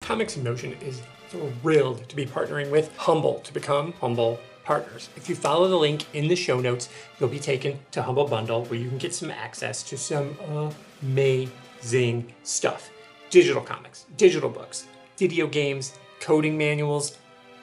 Comics in Motion is thrilled to be partnering with Humble to become Humble partners. If you follow the link in the show notes, you'll be taken to Humble Bundle where you can get some access to some amazing stuff digital comics, digital books, video games, coding manuals.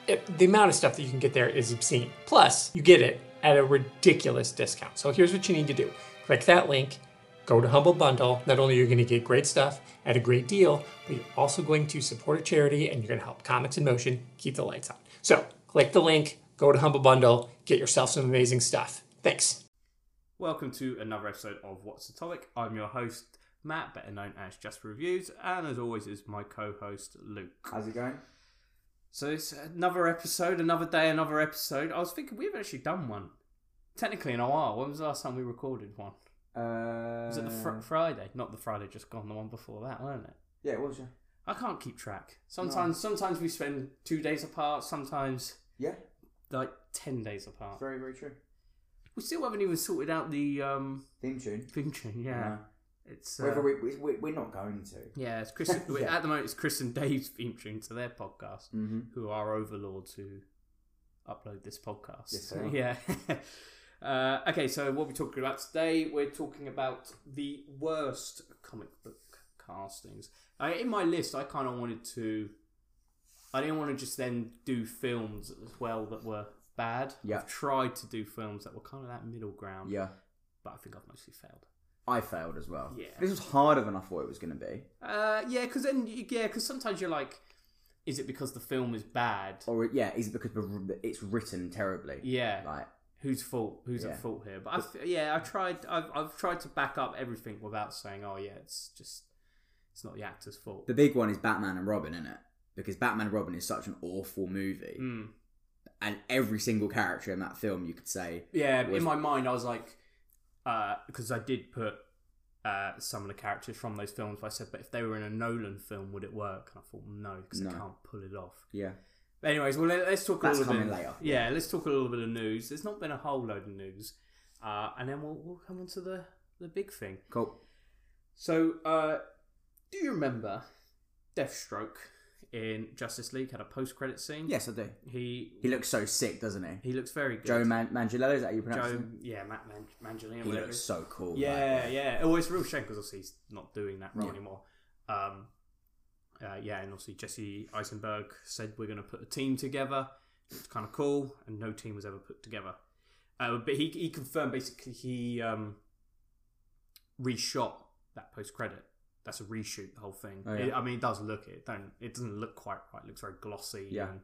It- the amount of stuff that you can get there is obscene. Plus, you get it at a ridiculous discount. So here's what you need to do click that link. Go to Humble Bundle. Not only are you going to get great stuff at a great deal, but you're also going to support a charity and you're going to help Comics in Motion keep the lights on. So click the link, go to Humble Bundle, get yourself some amazing stuff. Thanks. Welcome to another episode of What's the Topic. I'm your host, Matt, better known as Just Reviews, and as always is my co-host Luke. How's it going? So it's another episode, another day, another episode. I was thinking we've actually done one. Technically in a while. When was the last time we recorded one? Uh, Was it the fr- Friday? Not the Friday just gone, the one before that, wasn't it? yeah, it was yeah. I can't keep track. Sometimes sometimes we spend two days apart, sometimes Yeah, like ten days apart. very very true. We still haven't even sorted out the um Theme tune. theme tune, yeah. No. It's uh, Whether we, we, we we're not going to. Yeah, it's Chris. Yeah. At the moment, it's Chris and Dave's theme tune to their podcast, Mm-hmm. who are overlords who upload this podcast. Yes, they are. yeah. uh, okay, so what we're talking about today, we're talking about the worst comic book castings. I, in my list, I kind of wanted to. I didn't want to just then do films as well that were bad. Yeah. I've tried to do films that were kind of that middle ground, Yeah, but I think I've mostly failed. I failed as well. Yeah. this was harder than I thought it was going to be, Uh, yeah, because then you, yeah, because sometimes you're like, is it because the film is bad? or yeah, is it because the- it's written terribly? Yeah, Like who's fault? Who's Yeah. at fault here? But I, f- yeah, I tried. I've, I've tried to back up everything without saying, oh yeah, it's just it's not the actor's fault. the big one is Batman and Robin, isn't it? Because Batman and Robin is such an awful movie, Mm. and every single character in that film, you could say, Yeah, Was- in my mind, I was like, because I did put. Uh, some of the characters from those films, but I said, but if they were in a Nolan film, would it work? And I thought, no, because No. I can't pull it off. yeah, Anyways, well, let- let's talk a That's little coming bit. later. Yeah, let's talk a little bit of news. There's not been a whole load of news, uh, and then we'll, we'll come on to the the big thing. cool. So, uh, do you remember Deathstroke in Justice League had a post credit scene? Yes, I do. he He looks so sick, doesn't he? he looks very good. Joe Man- Manganiello, is that how you pronounce Joe him? yeah, Matt Man- Mangelina. He whatever it looks is. so cool. like, Yeah, yeah. Oh, it's a real shame because obviously he's not doing that role Yeah. anymore. Um, uh, yeah, and obviously Jesse Eisenberg said we're going to put a team together. It's kind of cool, and no team was ever put together. Uh, but he, he confirmed basically he um, reshot that post credit. That's a reshoot, the whole thing. Oh, yeah. It- I mean, it does look it don't it doesn't look quite right. It looks very glossy. Yeah. and-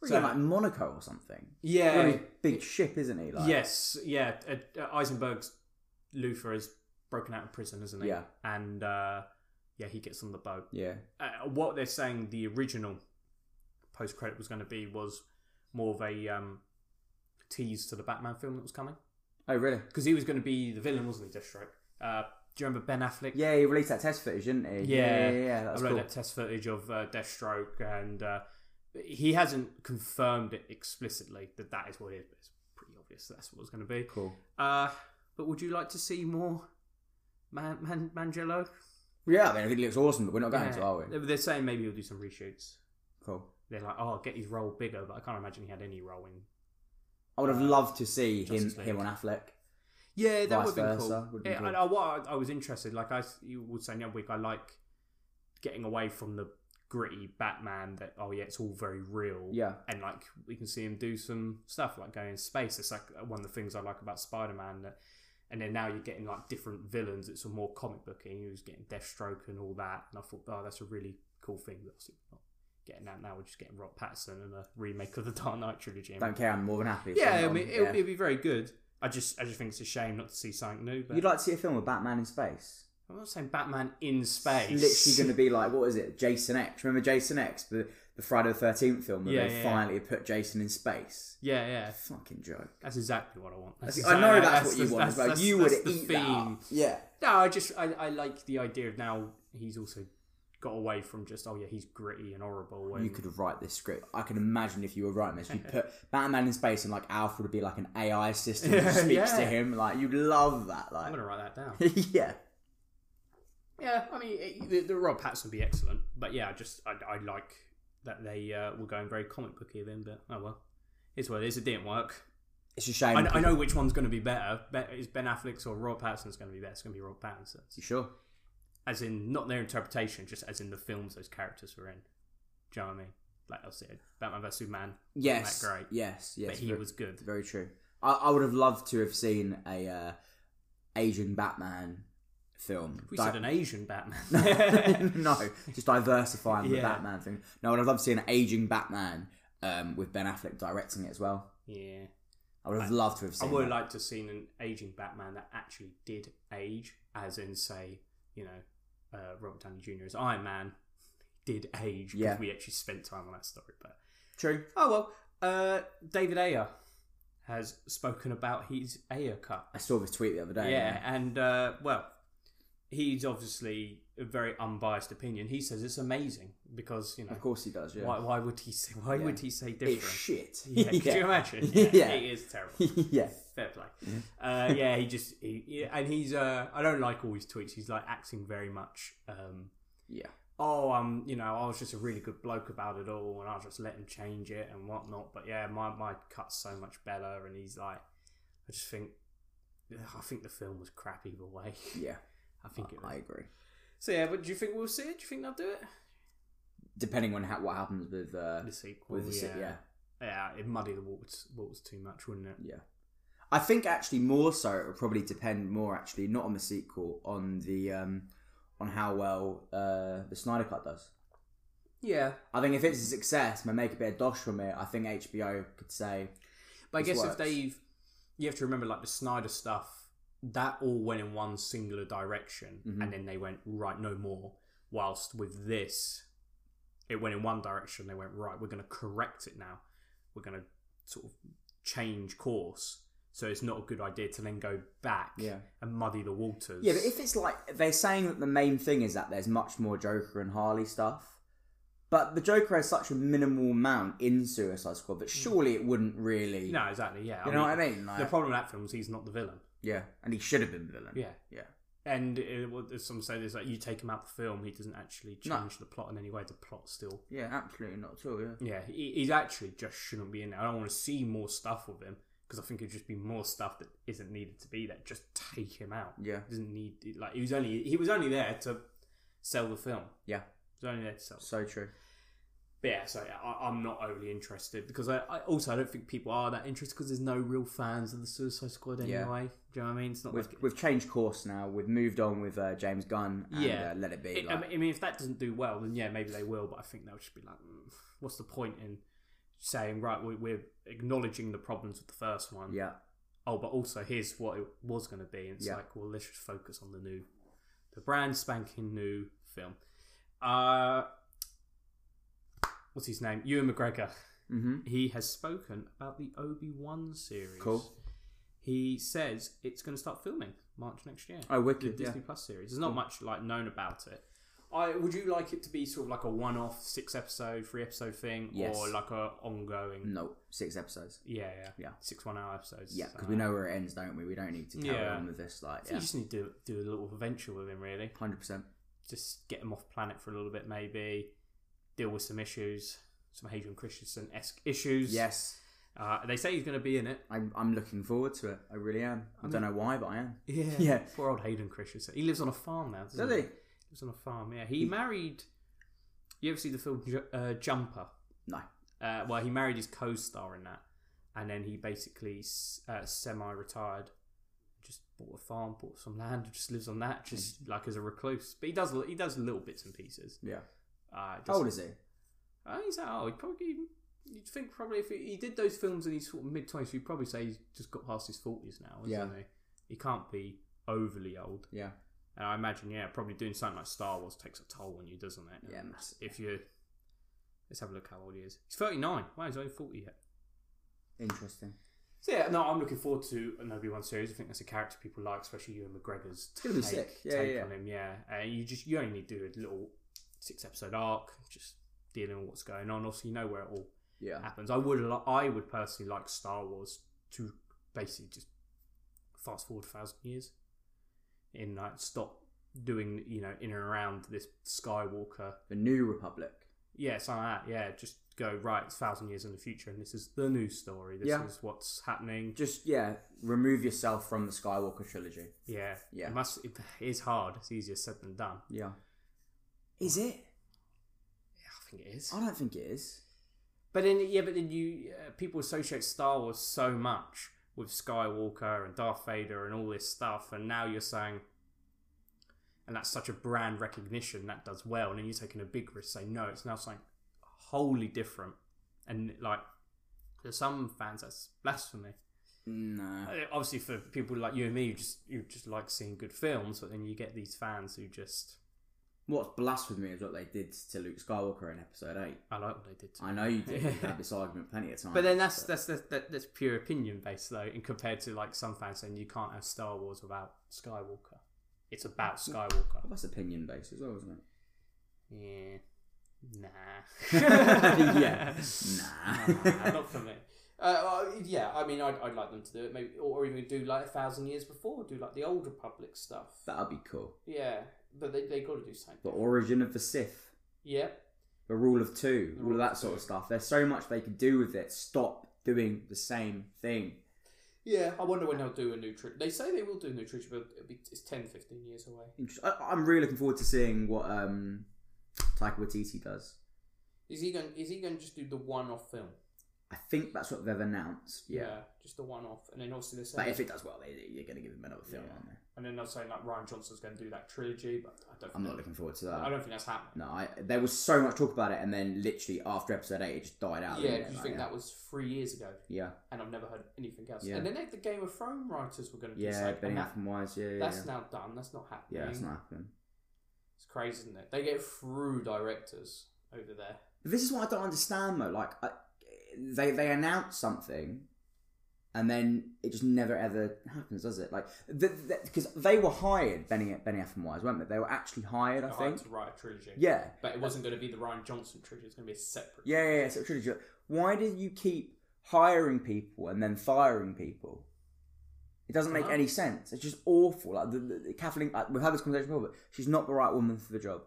What So- is he, like Monaco or something. yeah, Bloody big ship, isn't he? Like, yes, yeah. Uh, uh, Eisenberg's Luther is broken out of prison, isn't he? Yeah. And uh, yeah, he gets on the boat. Yeah. Uh, what they're saying the original post credit was going to be was more of a um, tease to the Batman film that was coming Oh, really? because he was going to be the villain, wasn't he? Deathstroke. Uh, do you remember Ben Affleck? Yeah, he released that test footage, didn't he? Yeah. yeah, yeah, yeah, I That's read cool. that test footage of uh, Deathstroke, and uh, he hasn't confirmed it explicitly that that is what it is. But it's pretty obvious that's what it's going to be. Cool. Uh, but would you like to see more Man- Man- Mangello? Yeah, I mean, I think he looks awesome, but we're not going Yeah. to, are we? They- They're saying maybe he'll do some reshoots. Cool. They're like, oh, get his role bigger, but I can't imagine he had any role in. I would have loved to see him, Uh, Justice League. him on Affleck. Yeah, that would Vice have been versa cool. would be yeah, cool. And I, what I, I was interested, like I s- you were saying the other week, I like getting away from the gritty Batman. That oh yeah, it's all very real. Yeah. and like we can see him do some stuff like going in space. It's like uh, one of the things I like about Spider Man. That, and then now you're getting like different villains. It's a more comic booky. And he was getting Deathstroke and all that. And I thought, oh, that's a really cool thing. But obviously we're not getting that now. We're just getting Rock Patterson and a remake of the Dark Knight trilogy. Don't care, I'm more than happy. if yeah, I someone- mean, it would be very good. I just, I just think it's a shame not to see something new. But You'd like to see a film with Batman in space? I'm not saying Batman in space. It's literally going to be like, what is it? Jason X. Remember Jason X, the, the Friday the 13th film where Yeah, they yeah, finally put Jason in space? Yeah, yeah. Fucking joke. That's exactly what I want. That's- exactly- I know that's, what you the- want as well. that's- You would that's eat the that. up. Yeah. No, I just I, I like the idea of now he's also got away from just oh yeah he's gritty and horrible and You could write this script. I can imagine if you were writing this, you put Batman in space, and like Alfred would be like an AI system Yeah, that speaks to yeah. him. Like you'd love that. I'm Like, gonna write that down. yeah, yeah, I mean it, the, the Rob Pattinson would be excellent. but yeah, I just I, I like that they uh, were going very comic booky then. But oh well, it's what it is. It didn't work. It's a shame. I, I people- know which one's going to be better. Be- Is Ben Affleck's or Rob Pattinson's going to be better? It's going to be Rob You Pattinson's. sure? As in, not their interpretation, just as in the films those characters were in. Do you know what I mean? Like I said, Batman vs Superman. Yes. Isn't that great? Yes. Yes. but he very, was good. very true. I, I would have loved to have seen a uh, Asian Batman film. We Di- said an Asian Batman. no, just diversifying the Yeah. Batman thing. No, I'd have loved to see an aging Batman um, with Ben Affleck directing it as well. Yeah. I would have loved to have I seen. would have that. liked to have seen an aging Batman that actually did age, as in, say, you know, uh, Robert Downey Jr. as Iron Man did age because Yeah. we actually spent time on that story. But True. oh well, uh, David Ayer has spoken about his Ayer Cup. I saw this tweet the other day. yeah, and uh, well, he's obviously a very unbiased opinion. He says it's amazing because you know Of course he does. Yeah. why, why would he say why Yeah. would he say different? it's shit. Yeah, could you imagine? Yeah. it is terrible. yeah. Fair play. Uh, yeah, he just he, yeah, and he's uh, I don't like all his tweets. He's like acting very much. Um, Yeah. oh, um, you know, I was just a really good bloke about it all, and I just let him change it and whatnot. But yeah, my my cut's so much better, and he's like, I just think, ugh, I think the film was crap either way. Yeah. I think it. I Was. agree. So yeah, but do you think we'll see it? Do you think they'll do it? Depending on how, what happens with uh, The sequel, with yeah. the yeah. yeah, yeah, it'd muddy the waters, waters too much, wouldn't it? yeah. I think actually more so it would probably depend more actually not on the sequel on the um on how well uh the Snyder Cut does. Yeah, I think if it's a success and they make a bit of dosh from it, I think HBO could say But I This guess works. if they've, you have to remember like the Snyder stuff, that all went in one singular direction, Mhm. and then they went right no more. Whilst with this, it went in one direction. They went right. We're going to correct it now. We're going to sort of change course. So it's not a good idea to then go back Yeah. and muddy the waters. Yeah, but if it's like they're saying that the main thing is that there's much more Joker and Harley stuff, but the Joker has such a minimal amount in Suicide Squad that surely it wouldn't really. Hmm. no, exactly. Yeah, you know what I mean? The Like- problem with that film is he's not the villain. Yeah, and he should have been the villain. Yeah. yeah, And it, what some say is like you take him out the film, he doesn't actually change No. the plot in any way. The plot still yeah, absolutely not at all. Yeah, Yeah, he, he actually just shouldn't be in there. I don't want to see more stuff with him because I think it'd just be more stuff that isn't needed to be there. Just take him out. yeah, Doesn't need like he was only he was only there to sell the film. yeah. He was only there to sell. So true. But yeah, so yeah, I, I'm not overly interested because I, I also I don't think people are that interested because there's no real fans of the Suicide Squad anyway. Yeah. Do you know what I mean? It's not We've like we've changed course now. We've moved on with uh, James Gunn. And, Yeah. uh, let it be. It- I like- mean- I mean, if that doesn't do well, then yeah, maybe they will. But I think they'll just be like, "Mm, what's the point in saying right? we- We're acknowledging the problems with the first one. yeah, oh, but also here's what it was going to be. And it's Yeah. like, well, let's just focus on the new, the brand spanking new film. Uh, what's his name? Ewan McGregor. mm-hmm. He has spoken about the Obi Wan series. Cool. He says it's going to start filming March next year. Oh, the wicked. Yeah. Disney Plus series. There's not much like known about it. I would you like it to be sort of like a one-off six episode, three episode thing, Yes. or like a ongoing? No, six episodes. Yeah, yeah, Yeah. Six one-hour episodes. Yeah, because something we like that. know where it ends, don't we? We don't need to carry Yeah. on with this. Like, You yeah, just need to do a little adventure with him, really. hundred percent. Just get him off planet for a little bit, maybe. Deal with some issues, some Hadrian Christensen esque issues. Yes. Uh, they say he's going to be in it. I'm, I'm looking forward to it. I really am. I, don't know why, but I am. Yeah. Yeah. Poor old Hayden Christensen. He lives on a farm now, doesn't Does he? he? lives on a farm, yeah. He married. You ever see the film Ju- uh, Jumper? No. Uh, well, he married his co star in that. And then he basically s- uh, semi retired. Just bought a farm, bought some land, and just lives on that, just Hmm. like as a recluse. But he does he does little bits and pieces. Yeah. Uh, it How old doesn't- is he? Oh, he's out. He'd probably. You'd think probably if he, he did those films in his sort of mid twenties, you'd probably say he's just got past his forties now, isn't Yeah. he? He can't be overly old. Yeah. And I imagine, yeah, probably doing something like Star Wars takes a toll on you, doesn't it? Yeah, And massive. If you, let's have a look how old he is. He's thirty nine. Wow, he's only forty yet. Interesting. So yeah, no, I'm looking forward to an Obi Wan series. I think that's a character people like, especially Ewan McGregor's gonna be take, sick. Yeah, take yeah, yeah. on him. Yeah, uh, you just you only need to do a little six episode arc, just dealing with what's going on. Also, you know where it all Yeah. happens. I would li- I would personally like Star Wars to basically just fast forward a thousand years and like stop doing you know in and around this Skywalker. The New Republic. Yeah, something like that. Yeah, just go right. It's thousand years in the future, and this is the news story. This Yeah. is what's happening. Just yeah, remove yourself from the Skywalker trilogy. Yeah, Yeah. It must. It is hard. It's easier said than done. Yeah. Is it? Yeah, I think it is. I don't think it is. But then, yeah, but then you uh, people associate Star Wars so much with Skywalker and Darth Vader and all this stuff, and now you're saying, and that's such a brand recognition that does well, and then you're taking a big risk, saying no, it's now something wholly different, and like for some fans that's blasphemy. No. Uh, Obviously, for people like you and me, you just you just like seeing good films, but then you get these fans who just What's blasphemy is what they did to Luke Skywalker in Episode Eight. I like what they did. To I know you did. We've had this argument plenty of times. But then that's that's that's, that, that's pure opinion based though, in compared to like some fans saying you can't have Star Wars without Skywalker. It's about Well, Skywalker. that's opinion based as well, isn't it? Yeah. Nah. Yeah. Nah. nah. Not for me. Uh, well, yeah, I mean, I'd, I'd like them to do it, maybe, or, or even do like a thousand years before, do like the old Republic stuff. That'd be cool. Yeah, but they they got to do The something. origin of the Sith, Yeah, the rule of two, The all of Rule of that sort of stuff. There's so much they could do with it. Stop doing the same thing. yeah. I wonder when they'll do a new trilogy. They say they will do a new trilogy, but it'll be, it's 10, 15 years away. Interest- I, I'm really looking forward to seeing what um, Taika Waititi does. Is he going? Is he going to just do the one-off film? I think that's what they've announced. Yeah. just the one off, and then obviously they're But saying, if it does well, they, you're going to give him another film, Yeah. aren't they? and then they're saying like Ryan Johnson's going to do that trilogy, but I don't. I'm think not looking forward to that. I don't think that's happening. No, I, there was so much talk about it, and then literally after episode eight, it just died out. yeah, didn't it? because you Like, think that was three years ago, Yeah, and I've never heard anything else. Yeah. And then like, the Game of Thrones writers were going to do yeah, something, Benny and that, Affleck wise, yeah, yeah, that's yeah. now done. That's not happening. yeah, that's not happening. It's crazy, isn't it? They get through directors over there. But this is what I don't understand though. Like, I, they they announce something, and then it just never ever happens, does it? Like, because they were hired, Benny Benny Affleck wise, weren't they? They were actually hired, I They're hired think. to write a trilogy. Yeah, but it wasn't going to be the Ryan Johnson trilogy. It's going to be a separate. yeah, yeah. yeah. So trilogy. Why do you keep hiring people and then firing people? It doesn't make Uh-huh. any sense. It's just awful. Like the, the, Kathleen, like, we've had this conversation before, but she's not the right woman for the job.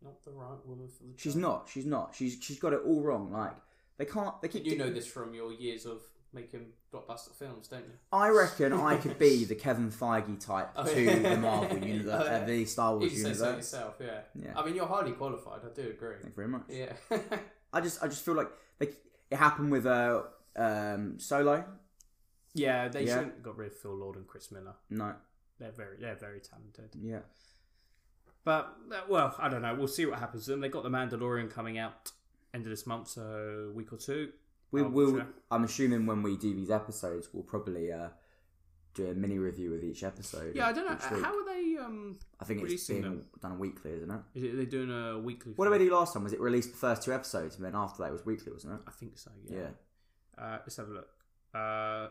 Not the right woman for the job. She's not. She's not. She's she's got it all wrong. Like they can't. They keep. You know this from your years of making blockbuster films, don't you? I reckon I could be the Kevin Feige type Oh, to yeah. the Marvel universe, Oh, yeah. uh, the Star You Wars say so universe. yourself, yeah. Yeah. I mean, you're highly qualified. I do agree. Thank you very much. Yeah. I just I just feel like they, it happened with uh, um, Solo. yeah, they Yeah. shouldn't have got rid of Phil Lord and Chris Miller. No. They're very, they're very talented. Yeah. But uh, well, I don't know. We'll see what happens. And they got the Mandalorian coming out end of this month, so a week or two. We I'll will. check. I'm assuming when we do these episodes, we'll probably uh, do a mini review of each episode. Yeah, I don't each know. week. How are they? Um, I think it's releasing being them? done weekly, isn't it? is it, are they doing a weekly? What did we film? do last time? Was it released the first two episodes, and then after that it was weekly, wasn't it? I think so. Yeah. Yeah. Uh, let's have a look. Uh,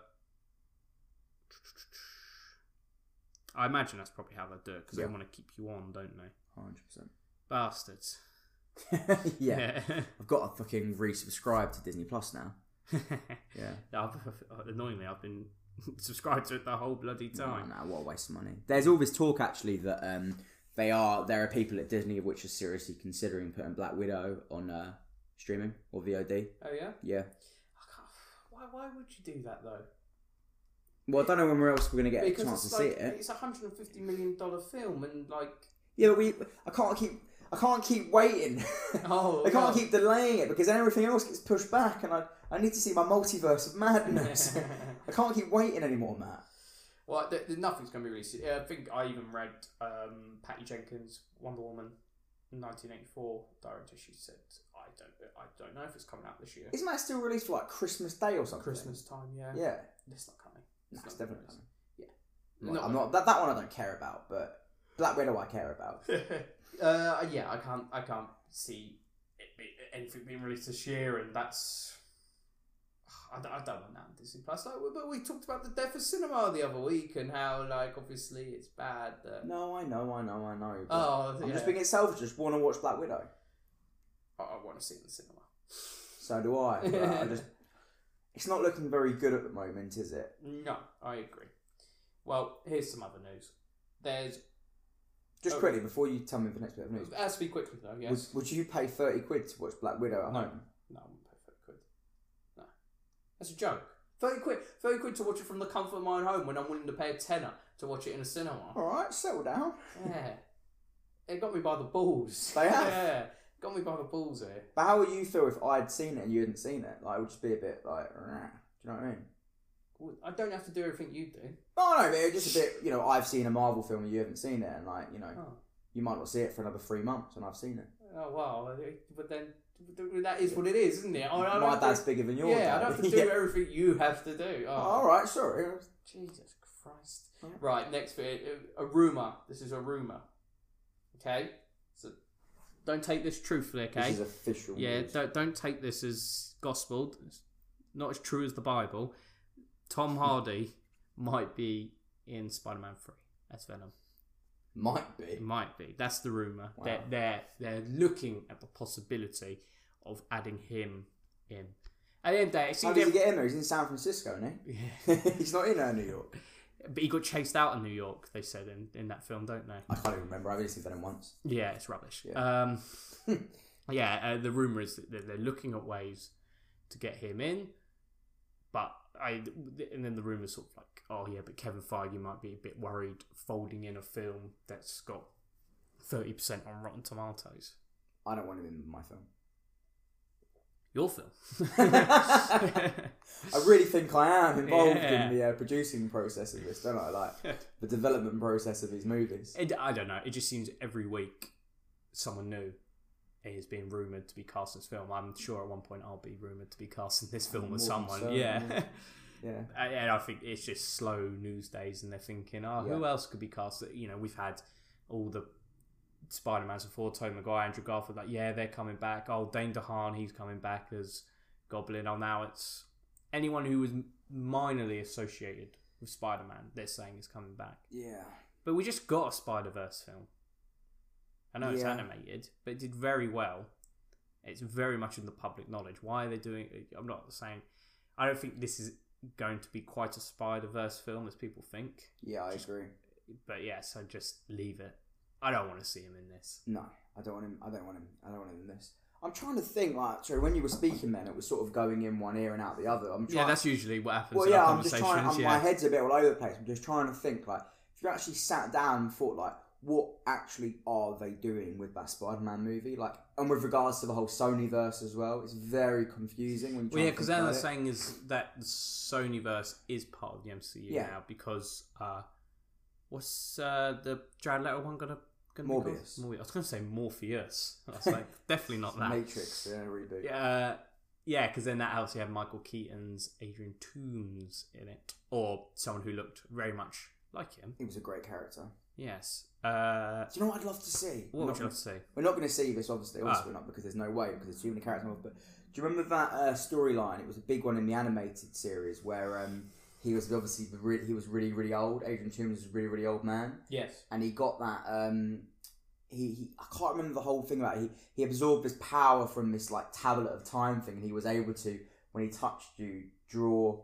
I imagine that's probably how they do it because Yeah. they want to keep you on, don't they? Hundred Bastards. percent. Yeah. yeah. I've got to fucking resubscribe to Disney Plus now. Yeah. I've, annoyingly, I've been subscribed to it the whole bloody time. No, no, what a waste of money. There's all this talk actually that um, they are there are people at Disney which are seriously considering putting Black Widow on uh, streaming or VOD. Oh yeah. Yeah. Why? Why would you do that though? Well, I don't know when we're else we're gonna get a chance it's to like see it. it's a hundred and fifty million dollar film, and like Yeah, but we I can't keep I can't keep waiting. oh, I well. can't keep delaying it because then everything else gets pushed back, and I I need to see my multiverse of madness. I can't keep waiting anymore, Matt. well, th- th- nothing's going to be released. Yeah, I think I even read um, Patty Jenkins' Wonder Woman, nineteen eighty four director. She said, "I don't, I don't know if it's coming out this year. Isn't that still released for like Christmas Day or something? Christmas time, yeah. Yeah. It's not coming. No, It's it's not definitely released. coming. No, I'm not that, that one. I don't care about, but Black Widow I care about. uh, yeah, I can't. I can't see it, be anything being released this year, and that's. I don't, I don't want that on Disney Plus. Like, but we talked about the death of cinema the other week, and how like obviously it's bad. That, No, I know, I know, I know. but oh, I'm yeah. just being selfish. Just want to watch Black Widow. I, want to see it in the cinema. So do I. but I just, it's not looking very good at the moment, is it? No, I agree. Well, here's some other news. There's Just Oh. quickly before you tell me the next bit of news, Oh, It has to be quickly though. Yes. would, would you pay thirty quid to watch Black Widow at No. home? No, I wouldn't pay thirty quid. No, that's a joke. Thirty quid. Thirty quid to watch it from the comfort of my own home when I'm willing to pay a tenner to watch it in a cinema. All right, settle down. Yeah. It got me by the balls. They have. Yeah. Got me by the balls here. But how would you feel if I'd seen it and you hadn't seen it? Like, it would just be a bit like, "Rah." do you know what I mean? Well, I don't have to do everything you do. No, no, but it's just a bit. You know, I've seen a Marvel film and you haven't seen it, and like, you know, Oh, you might not see it for another three months, and I've seen it. oh wow. But then that is what it is, isn't it? I, Oh, I don't My have to- dad's bigger than yours. Yeah, I don't have to do Yeah. everything you have to do. Oh, All right, sorry. Jesus Christ. Alright. Right, next bit. A a rumour. This is a rumour. Okay? So don't take this truthfully, okay? This is official. Yeah, news. don't don't take this as gospel. It's not as true as the Bible. Tom Hardy might be in Spider-Man Three as Venom. might be. It Mm. might be. That's the rumor. Wow. They're they're they're looking at the possibility of adding him in. At the end of the day, it How seems did he every- get in there? He's in San Francisco, isn't he? He's not in uh, New York. but he got chased out of New York. They said in, in that film, don't they? I can't even remember. I've only seen Venom once. Yeah, it's rubbish. Yeah. Um, yeah, uh, the rumor is that they're- they're looking at ways to get him in, but I and then the rumors sort of like, oh yeah, but Kevin Feige might be a bit worried folding in a film that's got thirty percent on Rotten Tomatoes. I don't want him in my film. Your film. I really think I am involved Yeah. in the uh, producing process of this, don't I? Like the development process of these movies. It, I don't know. It just seems every week someone new is being rumored to be cast in this film. I'm sure at one point I'll be rumored to be cast in this film More with than someone. so, yeah. Yeah. And- and I think it's just slow news days, and they're thinking, oh, who Yeah. else could be cast? That you know, we've had all the Spider Mans before, Tobey Maguire, Andrew Garfield. Like, yeah, they're coming back. Oh, Dane DeHaan, he's coming back as Goblin. Oh, now it's anyone who was minorly associated with Spider Man. They're saying is coming back. Yeah. But we just got a Spider Verse film. I know it's Yeah. animated, but it did very well. It's very much in the public knowledge. Why are they doing? I'm not saying. I don't think this is going to be quite a Spider Verse film as people think. Yeah, I agree. But yeah, so just leave it. I don't want to see him in this. No, I don't want him. I don't want him. I don't want him in this. I'm trying to think. Like, sorry, when you were speaking, then it was sort of going in one ear and out the other. I'm trying. Yeah, that's usually what happens well, in yeah. our I'm just conversations. trying. I'm, yeah, My head's a bit all over the place. I'm just trying to think. Like, if you actually sat down and thought, like, what actually are they doing with that Spider-Man movie? Like, and with regards to the whole Sony verse as well, it's very confusing when you. well, yeah, because another they're thing is that the Sonyverse is part of the MCU Yeah. now because uh, what's uh, the Jared Leto one gonna, gonna Morbius. Be called? Morbius. I was gonna say Morpheus. I was like, definitely not that. Matrix yeah, reboot. Yeah, uh, yeah, because then that also had Michael Keaton's Adrian Toomes in it, or someone who looked very much like him. He was a great character. Yes. Uh, Do you know what I'd love to see? what Not would you gonna- like to say? We're not going to see this, obviously. Obviously, Ah. we're not because there's no way because there's too many characters involved. But do you remember that uh, storyline? It was a big one in the animated series where um, he was obviously the re- he was really really old. Adrian Toomes was a really really old man, Yes. and he got that. Um, he, he I can't remember the whole thing about it. He he absorbed this power from this like tablet of time thing, and he was able to when he touched you draw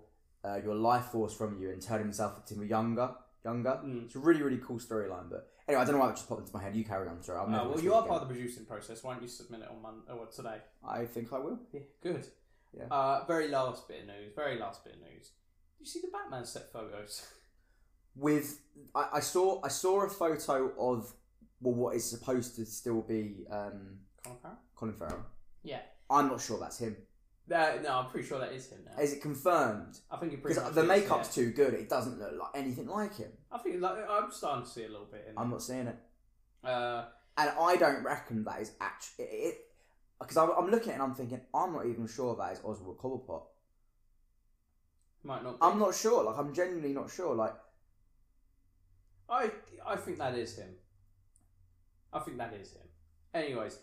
uh, your life force from you and turn himself into a younger younger. Mm. It's a really really cool storyline, but. Anyway, I don't know why it just popped into my head. You carry on, sorry. Uh, I'm never well, gonna you speak are again. part of the producing process. Why don't you submit it on Monday or today? I think I will. Yeah. Good. Yeah. Uh, very last bit of news. Very last bit of news. You see the Batman set photos? With I, I saw I saw a photo of well what is supposed to still be um, Colin Farrell? Colin Farrell. Yeah. I'm not sure that's him. Uh, no, I'm pretty sure that is him now. Is it confirmed? I think you pretty Because much the is, makeup's yeah. too good. It doesn't look like anything like him. I think like, I'm starting to see a little bit in. I'm not seeing it, Uh, and I don't reckon that is actually it. Because I'm, I'm looking at it and I'm thinking I'm not even sure that is Oswald Cobblepot. might not. Be. I'm not sure. Like I'm genuinely not sure. Like I I think that is him. I think that is him. Anyways,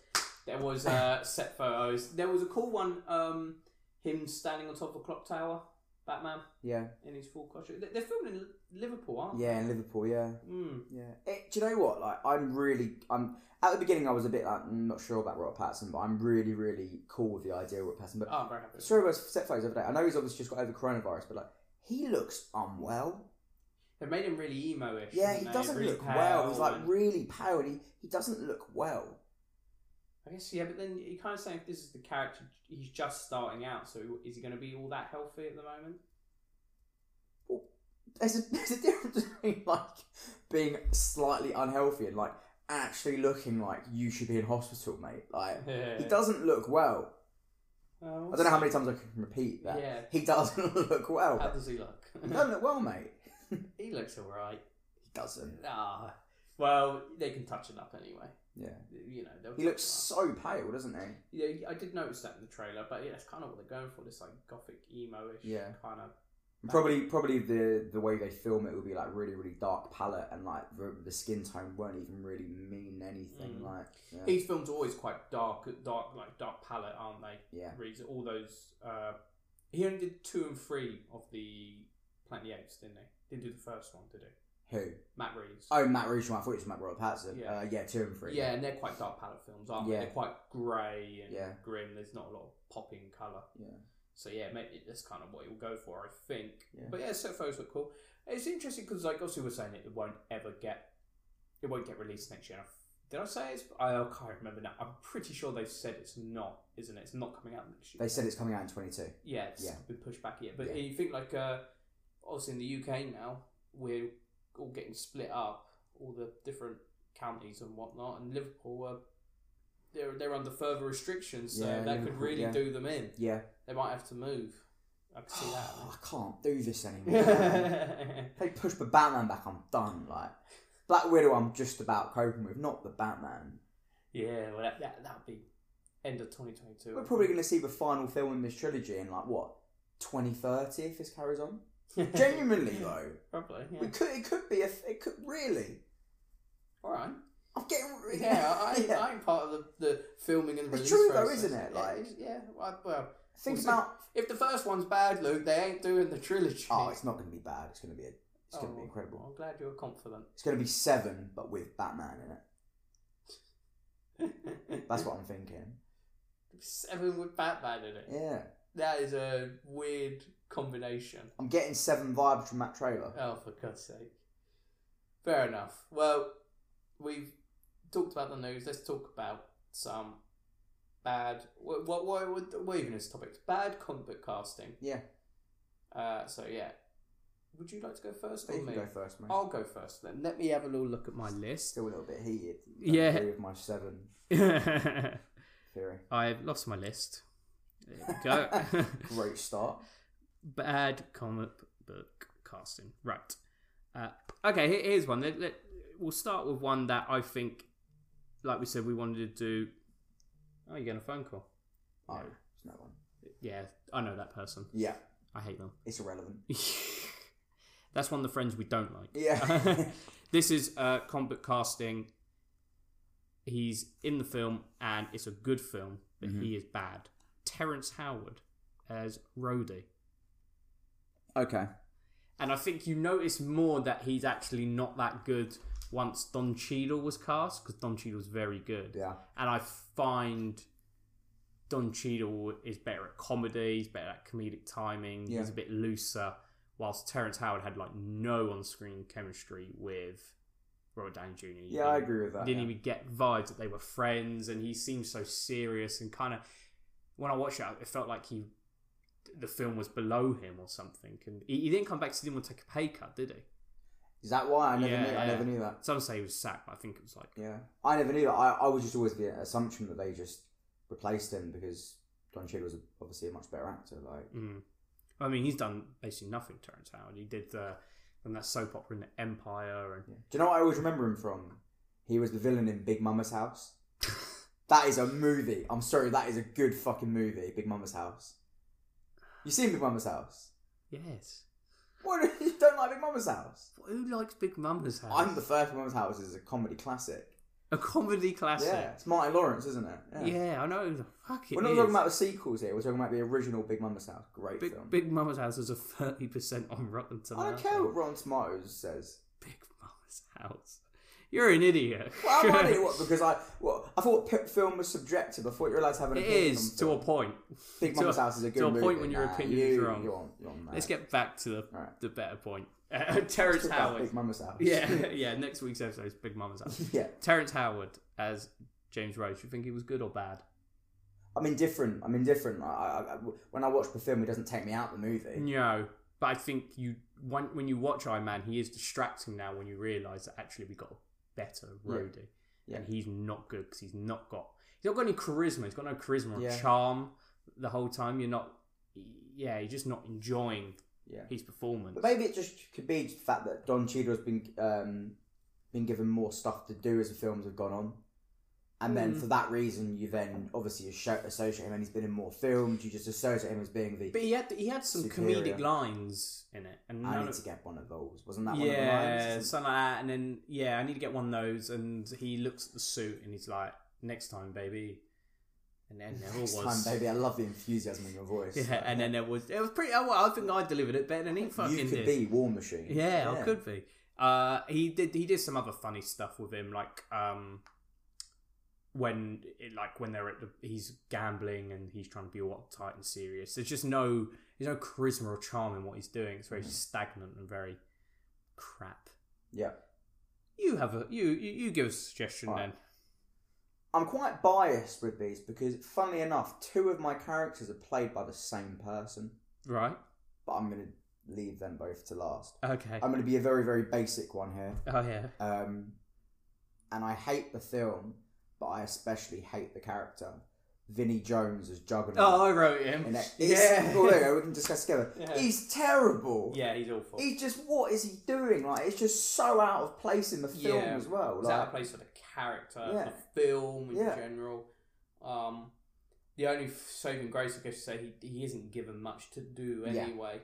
there was uh, set photos. There was a cool one. Um, him standing on top of a clock tower, Batman yeah, in his full costume. They- They're filming in Liverpool, aren't yeah, in Liverpool, yeah. they? Mm. Yeah. It, do you know what? Like, I'm really. I'm at the beginning. I was a bit like, "Mm, not sure about Robert Pattinson, but I'm really, really cool with the idea of Robert Pattinson. But Oh, I'm very happy. sorry about set photos the other day. I know he's obviously just got over coronavirus, but like, he looks unwell. They made him really emo-ish. Yeah, didn't he they? doesn't Really look pale well. He's like and- really pale. and He he doesn't look well. I guess yeah, but then you kind of saying if this is the character he's just starting out. So is he going to be all that healthy at the moment? There's a, there's a difference between like being slightly unhealthy and like actually looking like you should be in hospital, mate. Like he doesn't look well. Oh, I don't know how many times I can repeat that. Yeah. He doesn't look How well. does he look? He doesn't look well, mate. he looks all right. He doesn't. Ah, well, they can touch it up anyway. Yeah. You know, they'll He touch looks it up. so pale, doesn't he? Yeah, I did notice that in the trailer, but yeah, that's kind of what they're going for. This like gothic emo-ish Yeah. kind of. Probably, probably the the way they film it will be like really, really dark palette, and like the, the skin tone won't even really mean anything. Mm. Like, yeah. These films are always quite dark, dark like dark palette, aren't they? yeah, Reads all those. Uh, he only did two and three of the Planet of the Apes, didn't he? Didn't do the first one, did he? who? Matt Reeves. Oh, Matt Rushmore. I thought it was Matt Robert Patterson. Yeah. uh, yeah two and three. Yeah, and they're quite dark palette films, aren't Yeah. they? They're quite grey and Yeah. grim. There's not a lot of popping colour. yeah. So yeah, maybe that's kind of what you'll go for, I think. Yeah. But yeah, set photos look cool. It's interesting because like obviously we're saying it, it won't ever get, it won't get released next year. Did I say it's? I can't remember now. I'm pretty sure they've said it's not, isn't it? It's not coming out next year. They said it's coming out in twenty two. yeah, it's Yeah. been pushed back yet. But Yeah. you think like uh, obviously in the UK now we're all getting split up, all the different counties and whatnot, and Liverpool are they're they're under further restrictions, so Yeah, that could Liverpool, really yeah. do them in. Yeah. Oh, They might have to move. I can see I can't do this anymore. man. that. if they push the Batman back, I'm done. Like Black Widow, I'm just about coping with. Not the Batman. yeah, well, that, that that'd be end of twenty twenty two. We're probably going to see the final film in this trilogy in like what twenty thirty if this carries on. Genuinely though. probably. Yeah. It could. It could be. A, it could really. All right. I'm getting. really- Yeah, I, yeah. I'm part of the, the filming and the release It's true though, process. isn't it? Yeah, Like- it's- yeah. Well, well, Think Also- about. if the first one's bad, Luke, they ain't doing the trilogy. Oh, it's not going to be bad. It's going to be. A, it's going to Oh, be incredible. I'm glad you're confident. It's going to be seven, but with Batman in it. That's what I'm thinking. Seven with Batman in it. Yeah, That is a weird combination. I'm getting seven vibes from that trailer. Oh, for God's sake. Fair enough. Well, we've talked about the news. Let's talk about some bad. What what what, what, what even is topics? Bad comic book casting. Yeah, Uh, so yeah, would you like to go first you or can me? go first, mate. I'll go first then. Let me have a little look at my list. Still a little bit heated. Don't Yeah. agree with my seven I've theory. lost my list. There we go. Great start. bad comic book casting. Right. Uh, okay, here- here's one. Let, let, we'll start with one that I think, like we said, we wanted to do. Oh, you're getting a phone call. Oh, there's no one. Yeah, I know that person. Yeah, I hate them. it's irrelevant. That's one of the friends we don't like. Yeah. this is uh, comic book casting. He's in the film, and it's a good film, but he is bad. Terrence Howard as Rhodey. Okay. And I think you notice more that he's actually not that good once Don Cheadle was cast because Don Cheadle was very good. Yeah. And I find Don Cheadle is better at comedy, he's better at comedic timing, Yeah. he's a bit looser. Whilst Terrence Howard had like no on-screen chemistry with Robert Downey Jr. He Yeah, I didn't- agree with that. didn't yeah. even get vibes that they were friends, and he seemed so serious and kind of. When I watched it, it felt like he, the film was below him or something, and he, he didn't come back. 'cause he didn't want to take a pay cut, did he? Is that why I never Yeah, knew? yeah. I never knew that. Some say he was sacked, but I think it was like Yeah, I never knew that. I, I was just always the assumption that they just replaced him because Don Cheadle was obviously a much better actor. Like, Mm. I mean, he's done basically nothing. Terrence Howard. He did the from that soap opera in the Empire, and do you know what I always remember him from? He was the villain in Big Mama's House. that is a movie. I'm sorry, that is a good fucking movie. Big Mama's House. You seen Big Mama's House? yes, What? You don't like Big Mama's House? who likes Big Mama's House? I'm the first Big Mama's House is a comedy classic. a comedy classic. Yeah, it's Martin Lawrence, isn't it? Yeah, I know. who the Fuck it. We're not is. talking about the sequels here. We're talking about the original Big Mama's House. Great Big, film. Big Mama's House is a thirty percent on Rotten Tomatoes. I don't care what Rotten Tomatoes says. Big Mama's house. You're an idiot. Well, I'm wondering what because I what I thought p- film was subjective. I thought you realised having an it opinion is on to a film. point. Big to Mama's a- House is a good to a movie. point when your Nah, opinion is you, wrong. You're on, you're on that. Let's get back to the, Alright. the better point. Uh, Terrence Talk about Howard. Big Mama's house. Yeah, yeah. Next week's episode is Big Mama's House. yeah. Terrence Howard as James Rhodes. You think he was good or bad? I'm indifferent. I'm indifferent. I, I, I, when I watch the film, it doesn't take me out of the movie. Mm. No, but I think you when, when you watch Iron Man, he is distracting now when you realise that actually we got a better Yeah. roadie, Yeah. and he's not good because he's not got he's not got any charisma. He's got no charisma or Yeah. charm the whole time. You're not, yeah, you're just not enjoying Yeah. his performance. But maybe it just could be just the fact that Don Cheadle has been um, been given more stuff to do as the films have gone on, and then Mm. for that reason, you then obviously asho- associate him, and he's been in more films. You just associate him as being the. But he had he had some Superior. comedic lines in it, and I none need of, to get one of those. Wasn't that one of the lines? yeah, Isn't- something like that. And then yeah, I need to get one of those. And he looks at the suit and he's like, "Next time, baby." And then there Next was time, baby. I love the enthusiasm in your voice. Yeah, and then there was it was pretty. oh, Well, I think I delivered it better than he fucking you could did. be War Machine. Yeah, I could be. Uh, he did. He did some other funny stuff with him, like um, when it, like when they're at the, he's gambling and he's trying to be all uptight and serious. There's just no there's no charisma or charm in what he's doing. It's Mm. very stagnant and very crap. Yeah. You have a you you, you give us a suggestion Right. then. I'm quite biased with these because, funnily enough, two of my characters are played by the same person, Right. but I'm going to leave them both to last. Okay. I'm going to be a very, very basic one here. oh yeah. Um, and I hate the film, but I especially hate the character. Vinnie Jones as Juggernaut. Oh, I wrote him. And that- he's- well, there you Yeah. go, we can discuss together. Yeah. He's terrible. yeah, he's awful. He's just, what is he doing? Like, it's just so out of place in the film Yeah. as well. It's out Like, of place for the character, Yeah. the film in Yeah. general. Um, the only f- saving grace, I guess, to say he, he isn't given much to do Yeah. anyway.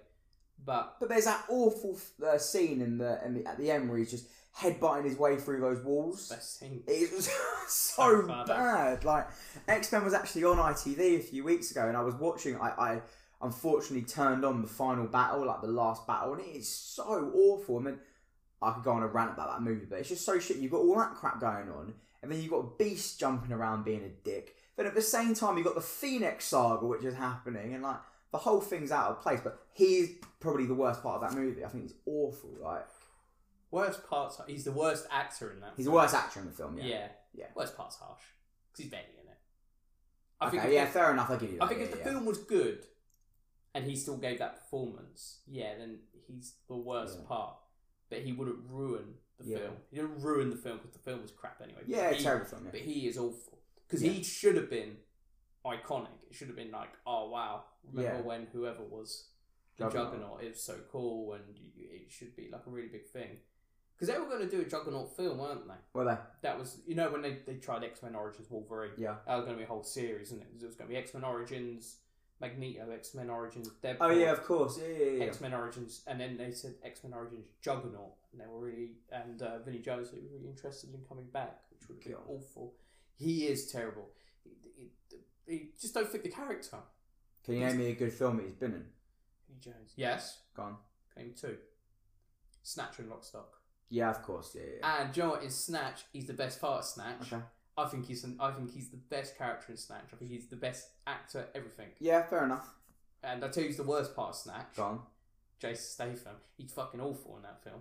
But But there's that awful uh, scene in the, in the at the end where he's just headbutting his way through those walls. best thing. It was so So funny. bad. Like X Men was actually on ITV a few weeks ago, and I was watching. I, I unfortunately turned on the final battle, like the last battle, and it is so awful. I mean, I could go on a rant about that movie, but it's just so shit. You've got all that crap going on, and then you've got Beast jumping around being a dick. Then at the same time, you've got the Phoenix Saga, which is happening, and like the whole thing's out of place. But he's probably the worst part of that movie. I think he's awful. Like Worst parts, he's the worst actor in that. he's the worst actor in the film. yeah. Yeah. yeah, Yeah. Worst part's harsh because he's barely in it. I okay, think. yeah, if, fair enough. I give you. That. I think yeah, if the yeah. film was good, and he still gave that performance, yeah, then he's the worst Yeah. part. But he wouldn't ruin the Yeah. film. He didn't ruin the film because the film was crap anyway. But Yeah, he- terrible film. But Yeah. he is awful because Yeah. he should have been iconic. It should have been like, oh wow, remember Yeah. when whoever was the Juggernaut. juggernaut. It was so cool, and you- it should be like a really big thing. Because they were going to do a juggernaut film, weren't they? Were they? That was you know when they, they tried X Men Origins Wolverine. Yeah. That was going to uh, be a whole series, isn't it? 'Cause it was going to be X Men Origins Magneto, X Men Origins Deadpool, Oh yeah, of course. Yeah, yeah, yeah. X Men Origins, and then they said X Men Origins Juggernaut, and they were really and uh, Vinny Jones they were really interested in coming back, which would have been God. awful. He is terrible. He, he- he just don't fit the character. Can you name me a good film that he's been in? Vinny Jones, yes, Gone. name two, Snatch and Lockstock. Yeah, of course. Yeah, yeah. And Joe you know what, in Snatch, he's the best part of Snatch. Okay. I think he's an, I think he's the best character in Snatch. I think he's the best actor, everything. Yeah, fair enough. And I tell you, who's the worst part of Snatch. Gone. Jason Statham. He's fucking awful in that film.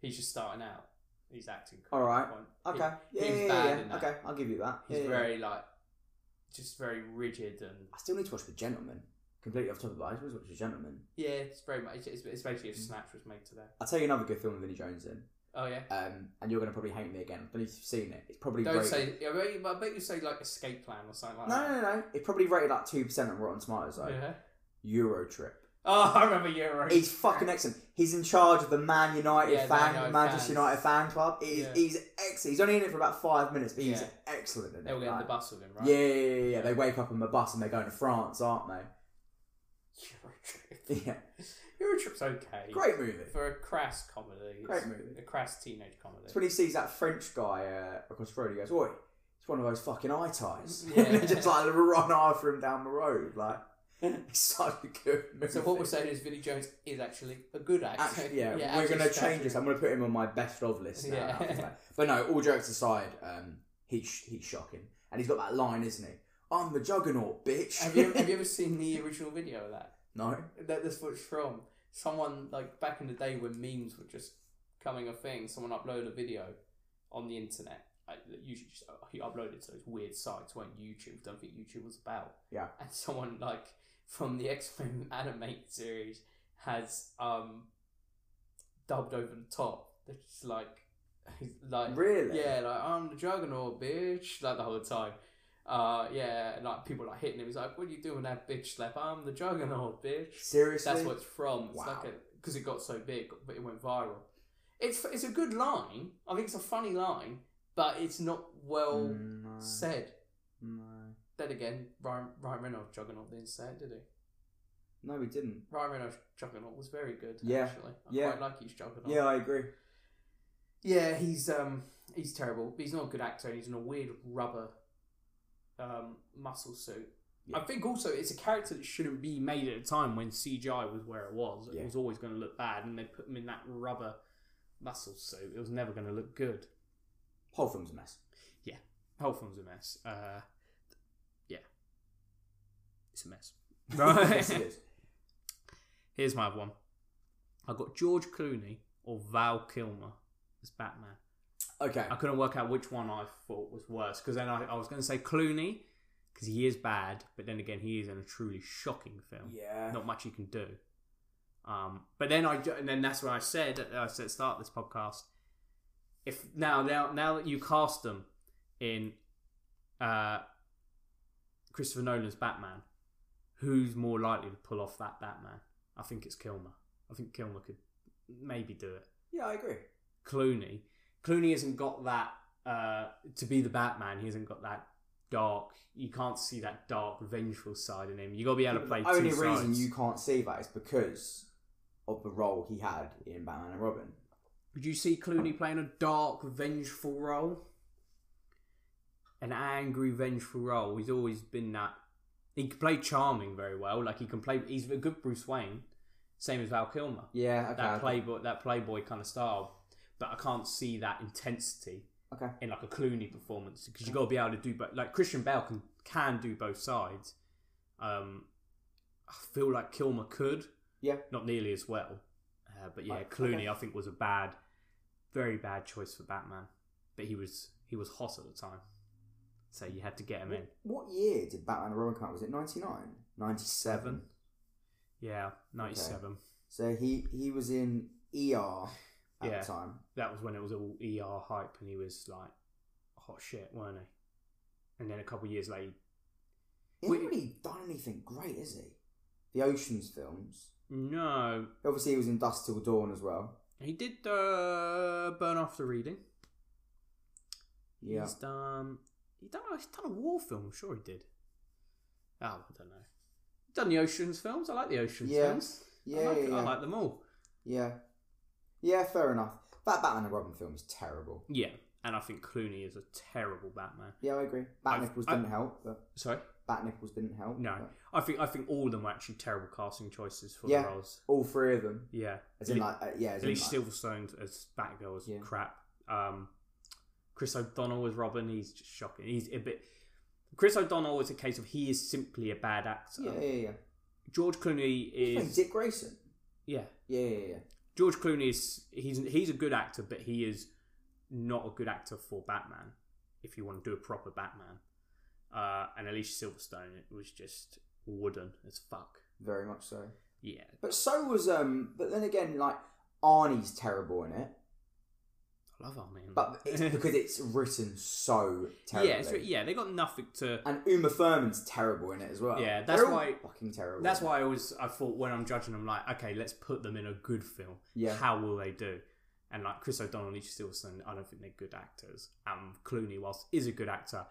He's just starting out. He's acting. All right. quite- Okay. he- Yeah, yeah, he's yeah, bad yeah. in that. Okay, I'll give you that. He's Yeah, yeah, yeah. very like, just very rigid and I still need to watch The Gentleman. Completely off topic, but I just watched The Gentleman. yeah. It's very much. It's, it's basically Mm. if Snatch was made today. I'll tell you another good film with Vinnie Jones in, Oh yeah. um, and you're going to probably hate me again. I don't know if you've seen it. It's probably Don't rated... say. I bet, you, I bet you say like Escape Plan or something like No, that. no, no, no. It's probably rated like two percent on Rotten Tomatoes. Though. Yeah. Euro Trip. Oh, I remember Euro. He's fucking excellent. He's in charge of the Man United Yeah, Man fan, United Manchester fans. United fan club. He's, Yeah. he's excellent. He's only in it for about five minutes, but he's Yeah. excellent in it. They were getting like. the bus with him, right? Yeah, yeah, yeah, yeah. They wake up on the bus and they're going to France, aren't they? Euro Trip. Yeah. Euro Trip's okay. Great movie. for a crass comedy. Great it's movie. A crass teenage comedy. It's when he sees that French guy uh, across the road. He goes, "Oi, it's one of those fucking eye ties." Yeah. and they just like run after him down the road. Like, it's such a good movie. So what we're saying is Vinnie Jones is actually a good actor. Actually, yeah, we're actually going to Snatch change this. I'm going to put him on my best of list now. Yeah. Okay. But no, all jokes aside, um, he's he's shocking, and he's got that line, isn't he? I'm the juggernaut, bitch. Have you, have you ever seen the original video of that? no, That this was from. someone like back in the day when memes were just coming a thing, someone uploaded a video on the internet. Like, that usually just uh, he uploaded to those weird sites, weren't YouTube? Don't think YouTube was about. Yeah. And someone like from the X Men anime series has um dubbed over the top. They're just like, he's like Really? yeah, like I'm the Juggernaut, bitch, like the whole time. Uh, yeah, and, like people like hitting him. He's like, "What are you doing, with that bitch slap? I'm the Juggernaut, bitch." Seriously? That's what it's from. It's Wow. like because it got so big, but it went viral. It's it's a good line. I think it's a funny line, but it's not well No. said. Mm, No. Then again, Ryan, Ryan Reynolds Juggernaut didn't say it, did he? No, we didn't. Ryan Reynolds Juggernaut was very good. Yeah. actually, I Yeah. quite like his Oh. Juggernaut. Yeah, I agree. Yeah, he's um he's terrible. He's not a good actor. He's in a weird rubber um muscle suit. Yeah. I think also it's a character that shouldn't be Be made at a time when CGI was where it was. Yeah. It was always going to look bad, and they put him in that rubber muscle suit. It was never going to look good. Whole film's a mess. Whole film's a mess. Uh, yeah, it's a mess. Right. yes, it is. Here's my other one. I got George Clooney or Val Kilmer as Batman. Okay. I couldn't work out which one I thought was worse because then I, I was going to say Clooney because he is bad, but then again he is in a truly shocking film. Yeah. not much you can do. Um, but then I ju- and then that's what I said. uh, I said start this podcast. If now now now that you cast them in uh, Christopher Nolan's Batman, who's more likely to pull off that Batman? I think it's Kilmer. I think Kilmer could maybe do it. Yeah, I agree. Clooney. Clooney hasn't got that uh, to be the Batman. He hasn't got that dark. You can't see that dark, vengeful side in him. You got to be able to play. the only two reason sides. you can't see that is because of the role he had in Batman and Robin. Would you see Clooney playing a dark, vengeful role? An angry, vengeful role. He's always been that. He can play charming very well. Like he can play. He's a good Bruce Wayne, same as Val Kilmer. Yeah, okay. That playboy, that playboy kind of style. But I can't see that intensity Okay. in like a Clooney performance because you got to be able to do both. Like Christian Bale can can do both sides. Um, I feel like Kilmer could. Yeah. Not nearly as well, uh, but yeah, Right, Clooney okay. I think was a bad, very bad choice for Batman. But he was he was hot at the time, so you had to get him in. What year did Batman and Robin come out? Was it 99? 97. Seven. Yeah, ninety seven. So he, he was in ER at Yeah. the time. That was when it was all ER hype, and he was like hot shit, weren't he? And then a couple of years later, He's not Wait. really done anything great, is he? The Oceans films. no, Obviously, he was in Dust Till Dawn as well. He did uh, burn after reading. Yeah. He's done. He done. He's done a war film. I'm sure he did. Oh, I don't know. He's done the oceans films. I like the oceans Yeah. films. Yeah, I like, yeah, I yeah. like them all. yeah. Yeah, fair enough. That Batman and Robin film is terrible. Yeah, and I think Clooney is a terrible Batman. Yeah, I agree. I've- Bat Nichols I've- didn't help, but Sorry. Bat Nichols didn't help. No, but- I think I think all of them were actually terrible casting choices for Yeah. the roles. All three of them. Yeah, As in, like, uh, yeah, as at in, least like, Silverstone as Batgirl was Yeah. crap. Um, Chris O'Donnell as Robin, he's just shocking. He's a bit. Chris O'Donnell is a case of he is simply a bad actor. Yeah, yeah, yeah. George Clooney He's playing is Dick Grayson. yeah. Yeah, yeah, yeah. George Clooney is he's he's a good actor, but he is not a good actor for Batman. If you want to do a proper Batman, uh, and Alicia Silverstone it was just wooden as fuck. Very much so. Yeah, But so was um. But then again, like Arnie's terrible in it, I love Armin. but it's because it's written so terribly. yeah, it's, yeah, they got nothing to. And Uma Thurman's terrible in it as well. Yeah, that's They're all why- fucking terrible. That's why I always I thought when I'm judging them, like, okay, let's put them in a good film. Yeah. How will they do? And like Chris O'Donnell, and Alicia Silverstone, I don't think they're good actors. Um, Clooney, whilst is a good actor,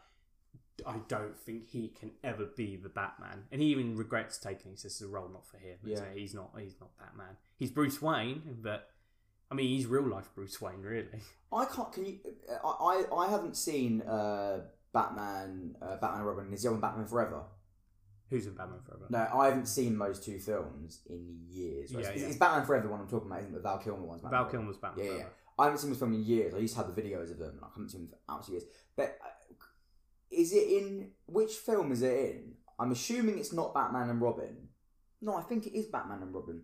I don't think he can ever be the Batman. And he even regrets taking it. He says it's a role not for him. Yeah. So he's not. He's not Batman. He's Bruce Wayne, but I mean, he's real life Bruce Wayne, really. I can't. Can you? uh, I I, I haven't seen uh Batman, uh, Batman and Robin, and the other one, Batman Forever. Who's in Batman Forever? No, I haven't seen those two films in years. Yeah, it's, yeah. it's Batman Forever the one I'm talking about, isn't it? The Val Kilmer one's Batman Val Forever. Kilmer's Batman. Yeah, yeah. Forever. I haven't seen this film in years. I used to have the videos of them. and I haven't seen them for absolutely years. But uh, is it in which film is it in? I'm assuming it's not Batman and Robin. No, I think it is Batman and Robin.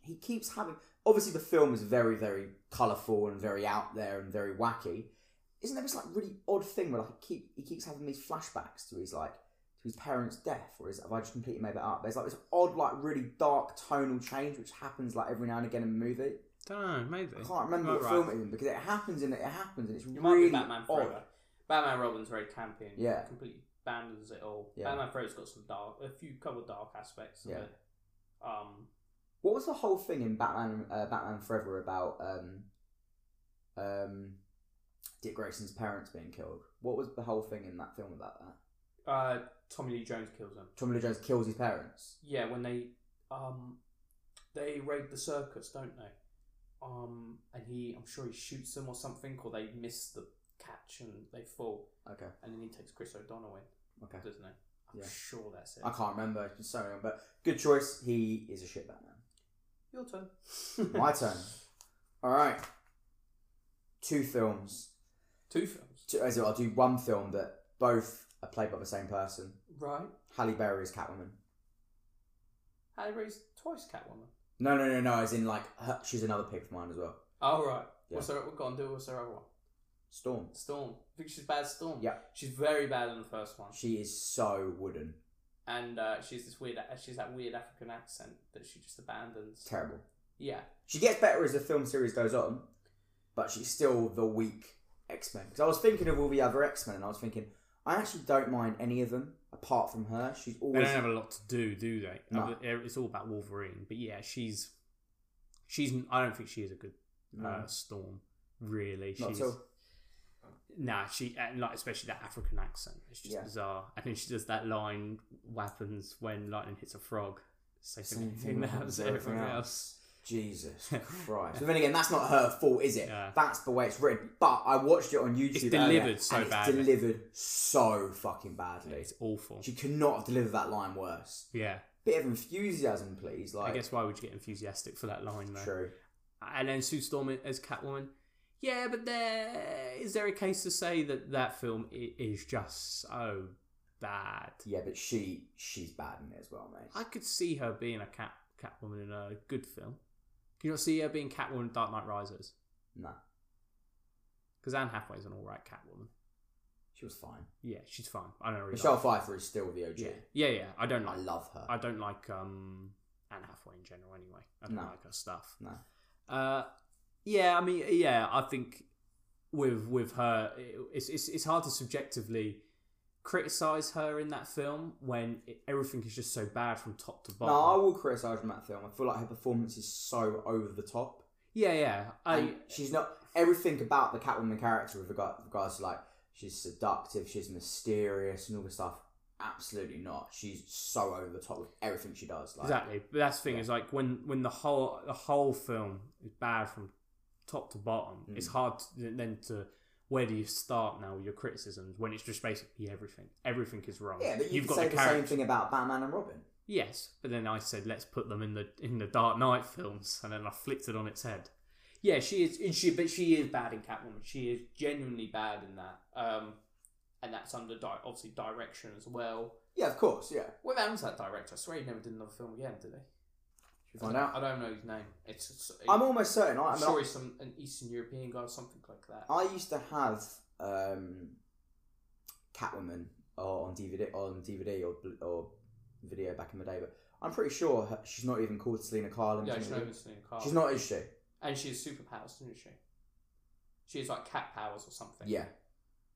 he keeps having. Obviously, the film is very, very colourful and very out there and very wacky. Isn't there this like really odd thing where like he keep he keeps having these flashbacks to his like to his parents' death, or is have I just completely made that up? There's like this odd, like really dark tonal change which happens like every now and again in a movie. Don't know, maybe. I can't remember Am I what right? film it's in because it happens and it happens and it's Oh, You might really be Batman Forever. odd. Batman Robin's very campy and Yeah. completely abandons it all. Yeah. Batman Forever's got some dark, a few couple of dark aspects. Of Yeah. It. Um, What was the whole thing in Batman uh, Batman Forever about um, um, Dick Grayson's parents being killed? What was the whole thing in that film about that? uh, Tommy Lee Jones kills him. Tommy Lee Jones kills his parents. Yeah, when they um, they raid the circus, don't they? Um, and he, I'm sure he shoots them or something, or they miss the catch and they fall, Okay, and then he takes Chris O'Donnell in, okay. doesn't he? I'm Yeah. sure that's it. I can't remember. It's been so long, but good choice. He is a shit Batman. Your turn. My turn. All right, two films. Two films. Two, as in, I'll do one film that both are played by the same person. Right. Halle Berry is Catwoman. Halle Berry's twice Catwoman. No, no, no, no. As in, like her, she's another pick for mine as well. Oh, right. Yeah. What's her, we've got to do what's her other one? Storm. Storm. I think she's bad Storm. Yeah. She's very bad in the first one. She is so wooden. And uh, she's this weird, she's that weird African accent that she just abandons. Terrible. Yeah. She gets better as the film series goes on, but she's still the weak X Men. Because I was thinking of all the other X Men, and I was thinking, I actually don't mind any of them apart from her. She's They always. don't have a lot to do, do they? No. Other- eh, It's all about Wolverine. But yeah, she's she's. I don't think she is a good No. uh, Storm. Really, Not she's at all. nah. She and like especially that African accent. It's just Yeah. bizarre. And then she does that line: "Weapons when lightning hits a frog." Same, Same thing that happens to everyone else. Jesus Christ. but then again, that's not her fault, is it? Yeah. That's the way it's written. But I watched it on YouTube. It's earlier, delivered so and it's badly. delivered so fucking badly. It's awful. She could not have delivered that line worse. Yeah, Bit of enthusiasm, please. Like, I guess why would you get enthusiastic for that line though? true. and then Sue Storm as Catwoman. Yeah, but there is there a case to say that that film i- is just so bad? Yeah, but she she's bad in it as well, mate. I could see her being a cat Catwoman in a good film. Can you not see her being Catwoman in Dark Knight Rises? No, Because Anne Hathaway's an all right Catwoman. she was fine. Yeah, she's fine. I don't really. Michelle like- Pfeiffer is still the OG. Yeah, yeah, yeah. I don't I like. love her. I don't like um Anne Hathaway in general. Anyway, I don't No. like her stuff. no, Uh, yeah, I mean, yeah, I think with with her, it's it's, it's hard to subjectively criticize her in that film when it, everything is just so bad from top to no, I bottom. will criticise from that film. I feel like her performance is so over the top. yeah, yeah, I, And she's not everything about the Catwoman character with regard- regards to like she's seductive, she's mysterious, and all this stuff. Absolutely not. She's so over the top with everything she does. Like, exactly. But that's the thing Yeah. is like when when the whole the whole film is bad from top to bottom, Mm. it's hard to, then to. Where do you start now with your criticisms when it's just basically everything? Everything is wrong. Yeah, but you You've could got say the the, character. same thing about Batman and Robin. Yes, but then I said let's put them in the in the Dark Knight films, and then I flipped it on its head. Yeah, she is. and She, but she is bad in Catwoman. She is genuinely bad in that. Um, and that's under di- obviously direction as well. Yeah, of course. Yeah, What happens to that director? I swear he never did another film again, did he? should we find out. I don't know his name. It's. it's I'm almost certain. I, I'm I mean, sure he's some an Eastern European guy or something like that. I used to have um, Catwoman or on DVD on DVD or bl- or video back in the day, but I'm pretty sure her, she's not even called Selena Kyle. in yeah, the she's not movie. even Selena Kyle. She's not, is she? and she has superpowers, doesn't she? She has like cat powers or something. Yeah,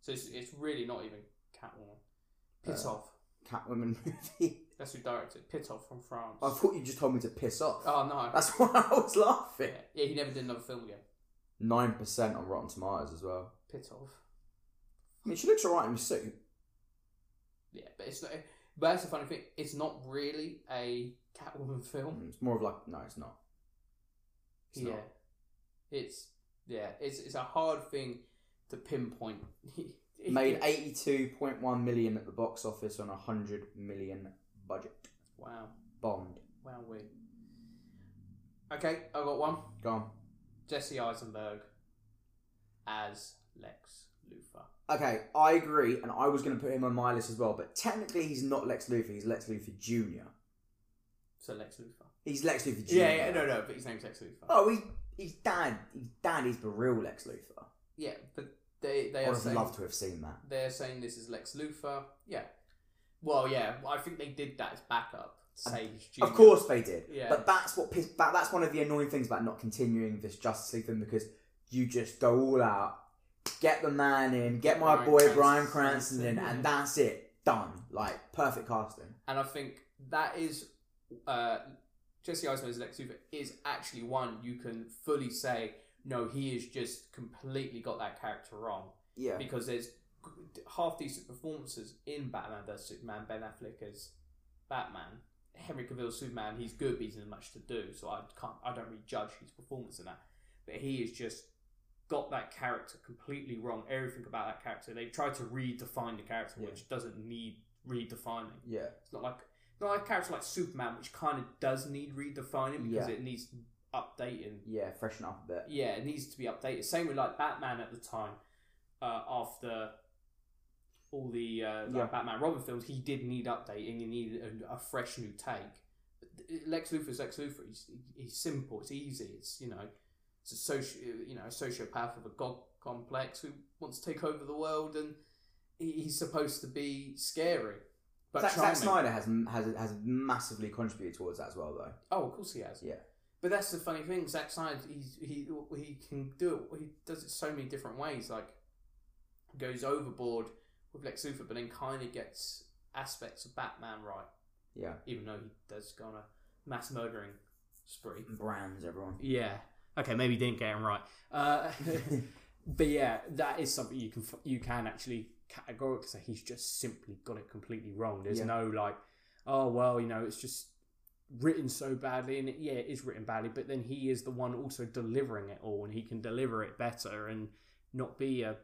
So it's, it's really not even Catwoman. Piss Uh, off. Catwoman movie. That's who directed. Pitoff from France. I thought you just told me to piss off. oh no. That's why I was laughing. yeah. yeah, he never did another film again. Nine percent on Rotten Tomatoes as well. Pitoff. I mean, she looks alright in a suit. Yeah, but it's not. But that's the funny thing. It's not really a Catwoman film. Mm, It's more of like no, it's not. It's yeah, not. it's yeah, it's it's a hard thing to pinpoint. Made eighty-two point one million at the box office on a hundred million budget. Wow, Bombed. wow, we. Okay, I got one. Gone. Jesse Eisenberg as Lex Luthor. Okay, I agree, and I was going to put him on my list as well, but technically he's not Lex Luthor, he's Lex Luthor Jr. So Lex Luthor. He's Lex Luthor Jr. Yeah, yeah, no, no, but his name's Lex Luthor. Oh, he, his dad, his dad is the real Lex Luthor. Yeah, but they they I are would have saying loved to have seen that. they're saying this is Lex Luthor. Yeah. Well, yeah, I think they did that as backup. Sage. Of course they did. Yeah. But that's what pissed, that, that's one of the annoying things about not continuing this Justice League thing because you just go all out, get the man in, get my Bryan boy Cranston. Brian Cranston in, Yeah. and that's it. Done. Like perfect casting. And I think that is uh, Jesse Eisenberg's Lex Luthor is actually one you can fully say no, he has just completely got that character wrong Yeah. because there's half decent performances in Batman vs Superman. Ben Affleck as Batman, Henry Cavill's Superman. He's good, but he's not much to do, so I can't. I don't really judge his performance in that. But he has just got that character completely wrong. Everything about that character. They tried to redefine the character, Yeah. which doesn't need redefining. Yeah. It's not like not like a character like Superman, which kind of does need redefining because Yeah. it needs updating. Yeah. Freshen up a bit. Yeah, it needs to be updated. Same with like Batman at the time, uh, after all the uh, like Yeah. Batman Robin films, he did need updating. He needed a, a fresh new take. But th- Lex Luthor's Lex Luthor. He's, he's simple. It's easy. It's you know, it's a soci you know a sociopath with a god complex who wants to take over the world, and he, he's supposed to be scary. But Zack, Zack charming. Snyder has, has has massively contributed towards that as well, though. Oh, of course he has. Yeah. But that's the funny thing. Zack Snyder, he's, he he can do it. He does it so many different ways. Like goes overboard with Lex Luthor, but then kind of gets aspects of Batman right, Yeah. even though he does go on a mass murdering spree. Brands, everyone. Yeah. Okay, maybe you didn't get him right. Uh, but yeah, that is something you can f- you can actually categorically say he's just simply got it completely wrong. There's Yeah. no like, oh well, you know, it's just written so badly, and it, yeah, it is written badly. But then he is the one also delivering it all, and he can deliver it better and not be a,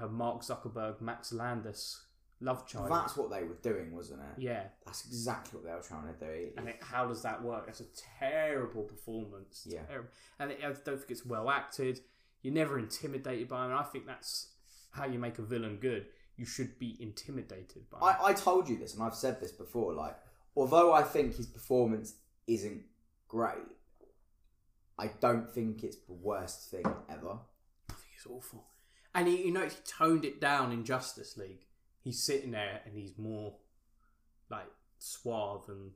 a Mark Zuckerberg, Max Landis love child. That's what they were doing, wasn't it? yeah, That's exactly what they were trying to do. and it, how does that work? That's a terrible performance. Yeah. Terrible. And it, I don't think it's well acted. You're never intimidated by him. And I think that's how you make a villain good. You should be intimidated by him. I, I told you this, and I've said this before. Like, although I think his performance isn't great, I don't think it's the worst thing ever. I think it's awful. And he, you know, he toned it down in Justice League. He's sitting there and he's more like suave and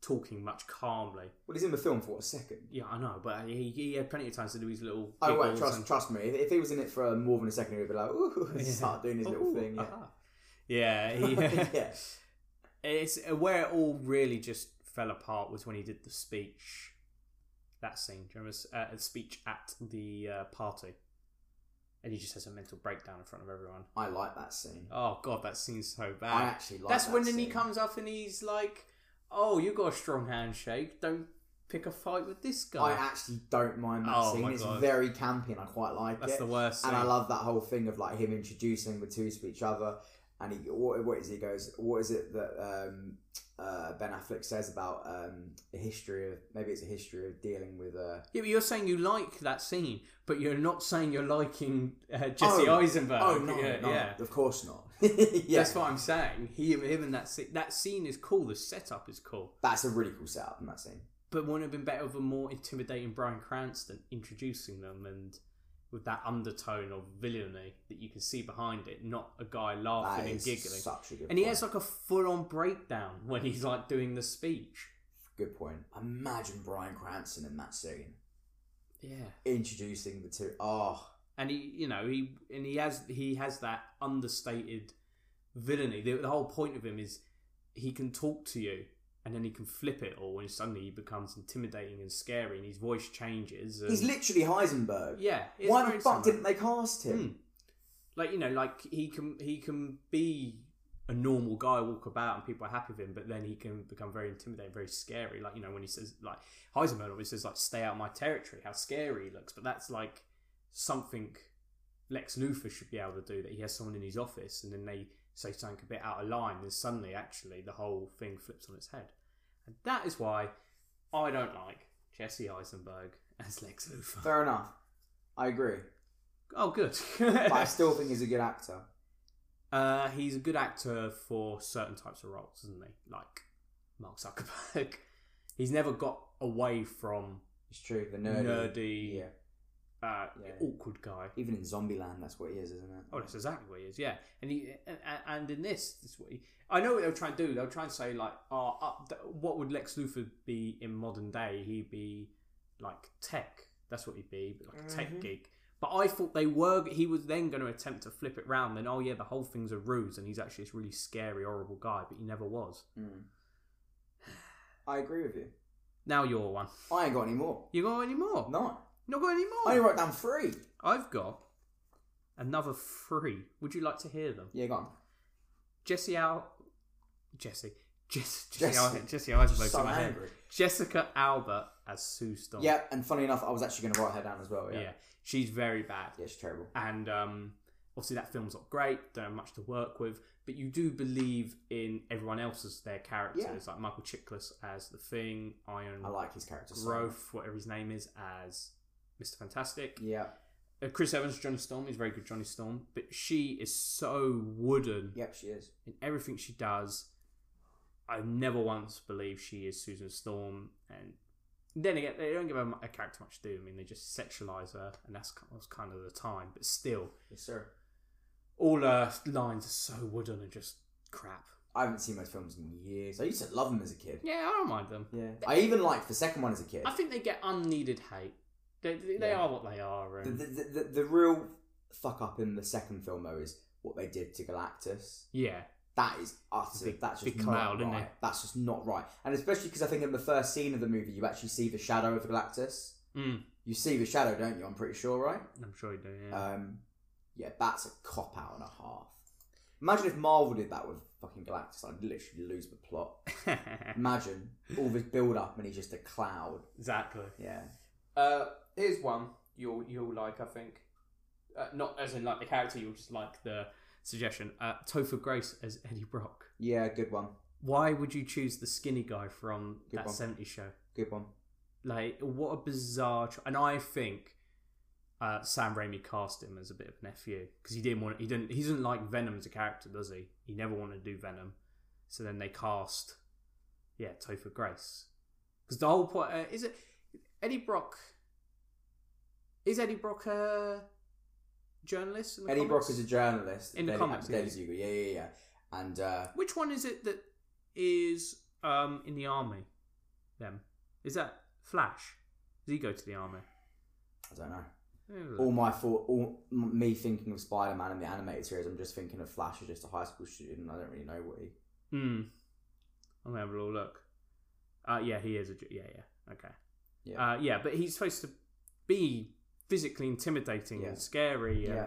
talking much calmly. Well, he's in the film for what, a second. Yeah, I know, but he, he had plenty of times to do his little. Oh wait, giggles trust and- trust me. If, if he was in it for more than a second, he'd be like, "Ooh," Yeah. start doing his little Ooh, thing. Yeah. aha. Yeah, he, Yeah. It's where it all really just fell apart was when he did the speech. That scene, do you remember? Uh, a speech at the uh, party, and he just has a mental breakdown in front of everyone. I like that scene. Oh god, that scene's so I bad. actually like. That's that when scene. then he comes up and he's like, "Oh, you got a strong handshake. Don't pick a fight with this guy." I actually don't mind that Oh, scene. my It's God. very campy, and I quite like That's it. the worst. Scene. And I love that whole thing of like him introducing the two to each other. And he, what, what is it? he goes? What is it that um, uh, Ben Affleck says about um, a history of maybe it's a history of dealing with uh, Yeah, but you're saying you like that scene, but you're not saying you're liking uh, Jesse Oh, Eisenberg. oh no, yeah, no, yeah. of course not. yeah, That's what I'm saying. He, him, and that scene. That scene is cool. The setup is cool. that's a really cool setup in that scene. But wouldn't it have been better with a more intimidating Brian Cranston introducing them and with that undertone of villainy that you can see behind it, not a guy laughing That and is Oh, giggling. such a good And he point. has like a full on breakdown when he's like doing the speech. good point. Imagine Brian Cranston in that scene Yeah. introducing the two. Oh, and he you know he and he has he has that understated villainy the, the whole point of him is he can talk to you and then he can flip it all and suddenly he becomes intimidating and scary and his voice changes and, he's literally Heisenberg. yeah it's Why the very fuck similar. didn't they cast him? Hmm. like you know like he can he can be a normal guy walk about and people are happy with him but then he can become very intimidating very scary like you know when he says like Heisenberg always says like stay out of my territory how scary he looks but that's like something Lex Luthor should be able to do that he has someone in his office and then they say something a bit out of line and suddenly actually the whole thing flips on its head and that is why I don't like Jesse Eisenberg as Lex Luthor Fair enough. I agree. oh good But I still think he's a good actor. Uh, he's a good actor for certain types of roles, isn't he? Like Mark Zuckerberg. he's never got away from It's true. The nerdy. nerdy, Yeah. Uh, Yeah. awkward guy. Even in Zombieland, that's what he is, isn't it? Oh, that's exactly what he is. Yeah, and he and, and in this, this what he, I know what they'll try and do. They'll try and say like, oh, up, what would Lex Luthor be in modern day? He'd be like tech. That's what he'd be, but like a Mm-hmm. tech geek. But I thought they were. He was then going to attempt to flip it round. Then oh yeah, the whole thing's a ruse, and he's actually this really scary, horrible guy. But he never was. Mm. I agree with you. Now you're one. I ain't got any more. You got any more? No. Not got any I only more. wrote down three. I've got another three. Would you like to hear them? Yeah, go on. Jesse Al, Jesse, Jess, Jesse. Jesse, Al- Jesse Eisenberg. So in my head. angry. Jessica Alba as Sue Storm. Yeah, and funny enough, I was actually going to write her down as well. Yeah. yeah, she's very bad. Yeah, she's terrible. And um, obviously that film's not great. Don't have much to work with, but you do believe in everyone else as their characters, Yeah. like Michael Chiklis as the Thing, Iron I like his character. so much. Growth, whatever his name is, as Mister Fantastic. Yeah. Uh, Chris Evans, Johnny Storm, is very good Johnny Storm, but she is so wooden Yep, she is. in everything she does. I never once believed she is Susan Storm, and then again, they don't give her mu- a character much to do. I mean, they just sexualize her, and that's ki- was kind of the time. But still, Yes, sir. all her lines are so wooden and just crap. I haven't seen those films in years. I used to love them as a kid. Yeah, I don't mind them. Yeah. I even liked the second one as a kid. I think they get unneeded hate. They, they, they Yeah. are what they are. The, And, the, the, the, the real fuck up in the second film, though, is what they did to Galactus. yeah, That is utter. Big- that's just big not cloud, isn't right. it? That's just not right. And especially because I think in the first scene of the movie, you actually see the shadow of Galactus. Mm. You see the shadow, don't you? I'm pretty sure, right? I'm sure you do. Yeah. Um, yeah, that's a cop out and a half. Imagine if Marvel did that with fucking Galactus. I'd literally lose the plot. Uh, Imagine all this build up and he's just a cloud. exactly. Yeah. Uh, here's one you'll you'll like. I think, uh, not as in like the character, you'll just like. Like the suggestion, uh, Topher Grace as Eddie Brock. Yeah, good one. Why would you choose the skinny guy from Good that one. '70s show? Good one. Like, what a bizarre. Cho- and I think uh, Sam Raimi cast him as a bit of an fu because he didn't want. He didn't. He doesn't like Venom as a character, does he? He never wanted to do Venom. So then they cast, yeah, Topher Grace. Because the whole point uh, is it Eddie Brock. Is Eddie Brock a journalist? In the Eddie comics? Brock is a journalist. In the Daily- comics, Daily yeah. Bugle. Yeah, yeah, yeah. And uh, Which one is it that is um, in the army? Them is that Flash? Does he go to the army? I don't know. Who- All my thought, all m- me thinking of Spider Man and the animated series, I'm just thinking of Flash as just a high school student. I don't really know what he. Hmm. I'm gonna have a little look. Uh, yeah, he is a Jew. Yeah, yeah. Okay. Yeah. Uh, yeah, but he's supposed to be physically intimidating Yeah. and scary. Yeah. And,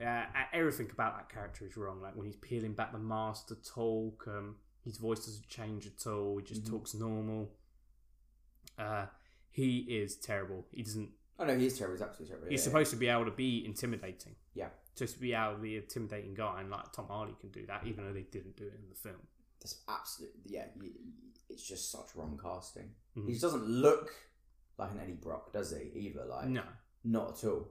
yeah. Uh, everything about that character is wrong. Like when he's peeling back the mask to talk, um, his voice doesn't change at all. He just Mhm. talks normal. Uh, he is terrible. He doesn't. Oh no, he is terrible. He's absolutely terrible. He's Yeah, supposed to be able to be intimidating. Yeah. Supposed to be able to be an intimidating guy, and like Tom Hardy can do that, even though they didn't do it in the film. yeah. That's absolute. Yeah, y- y- it's just such wrong casting. Mhm. He just doesn't look like an Eddie Brock, does he? Either like No. not at all.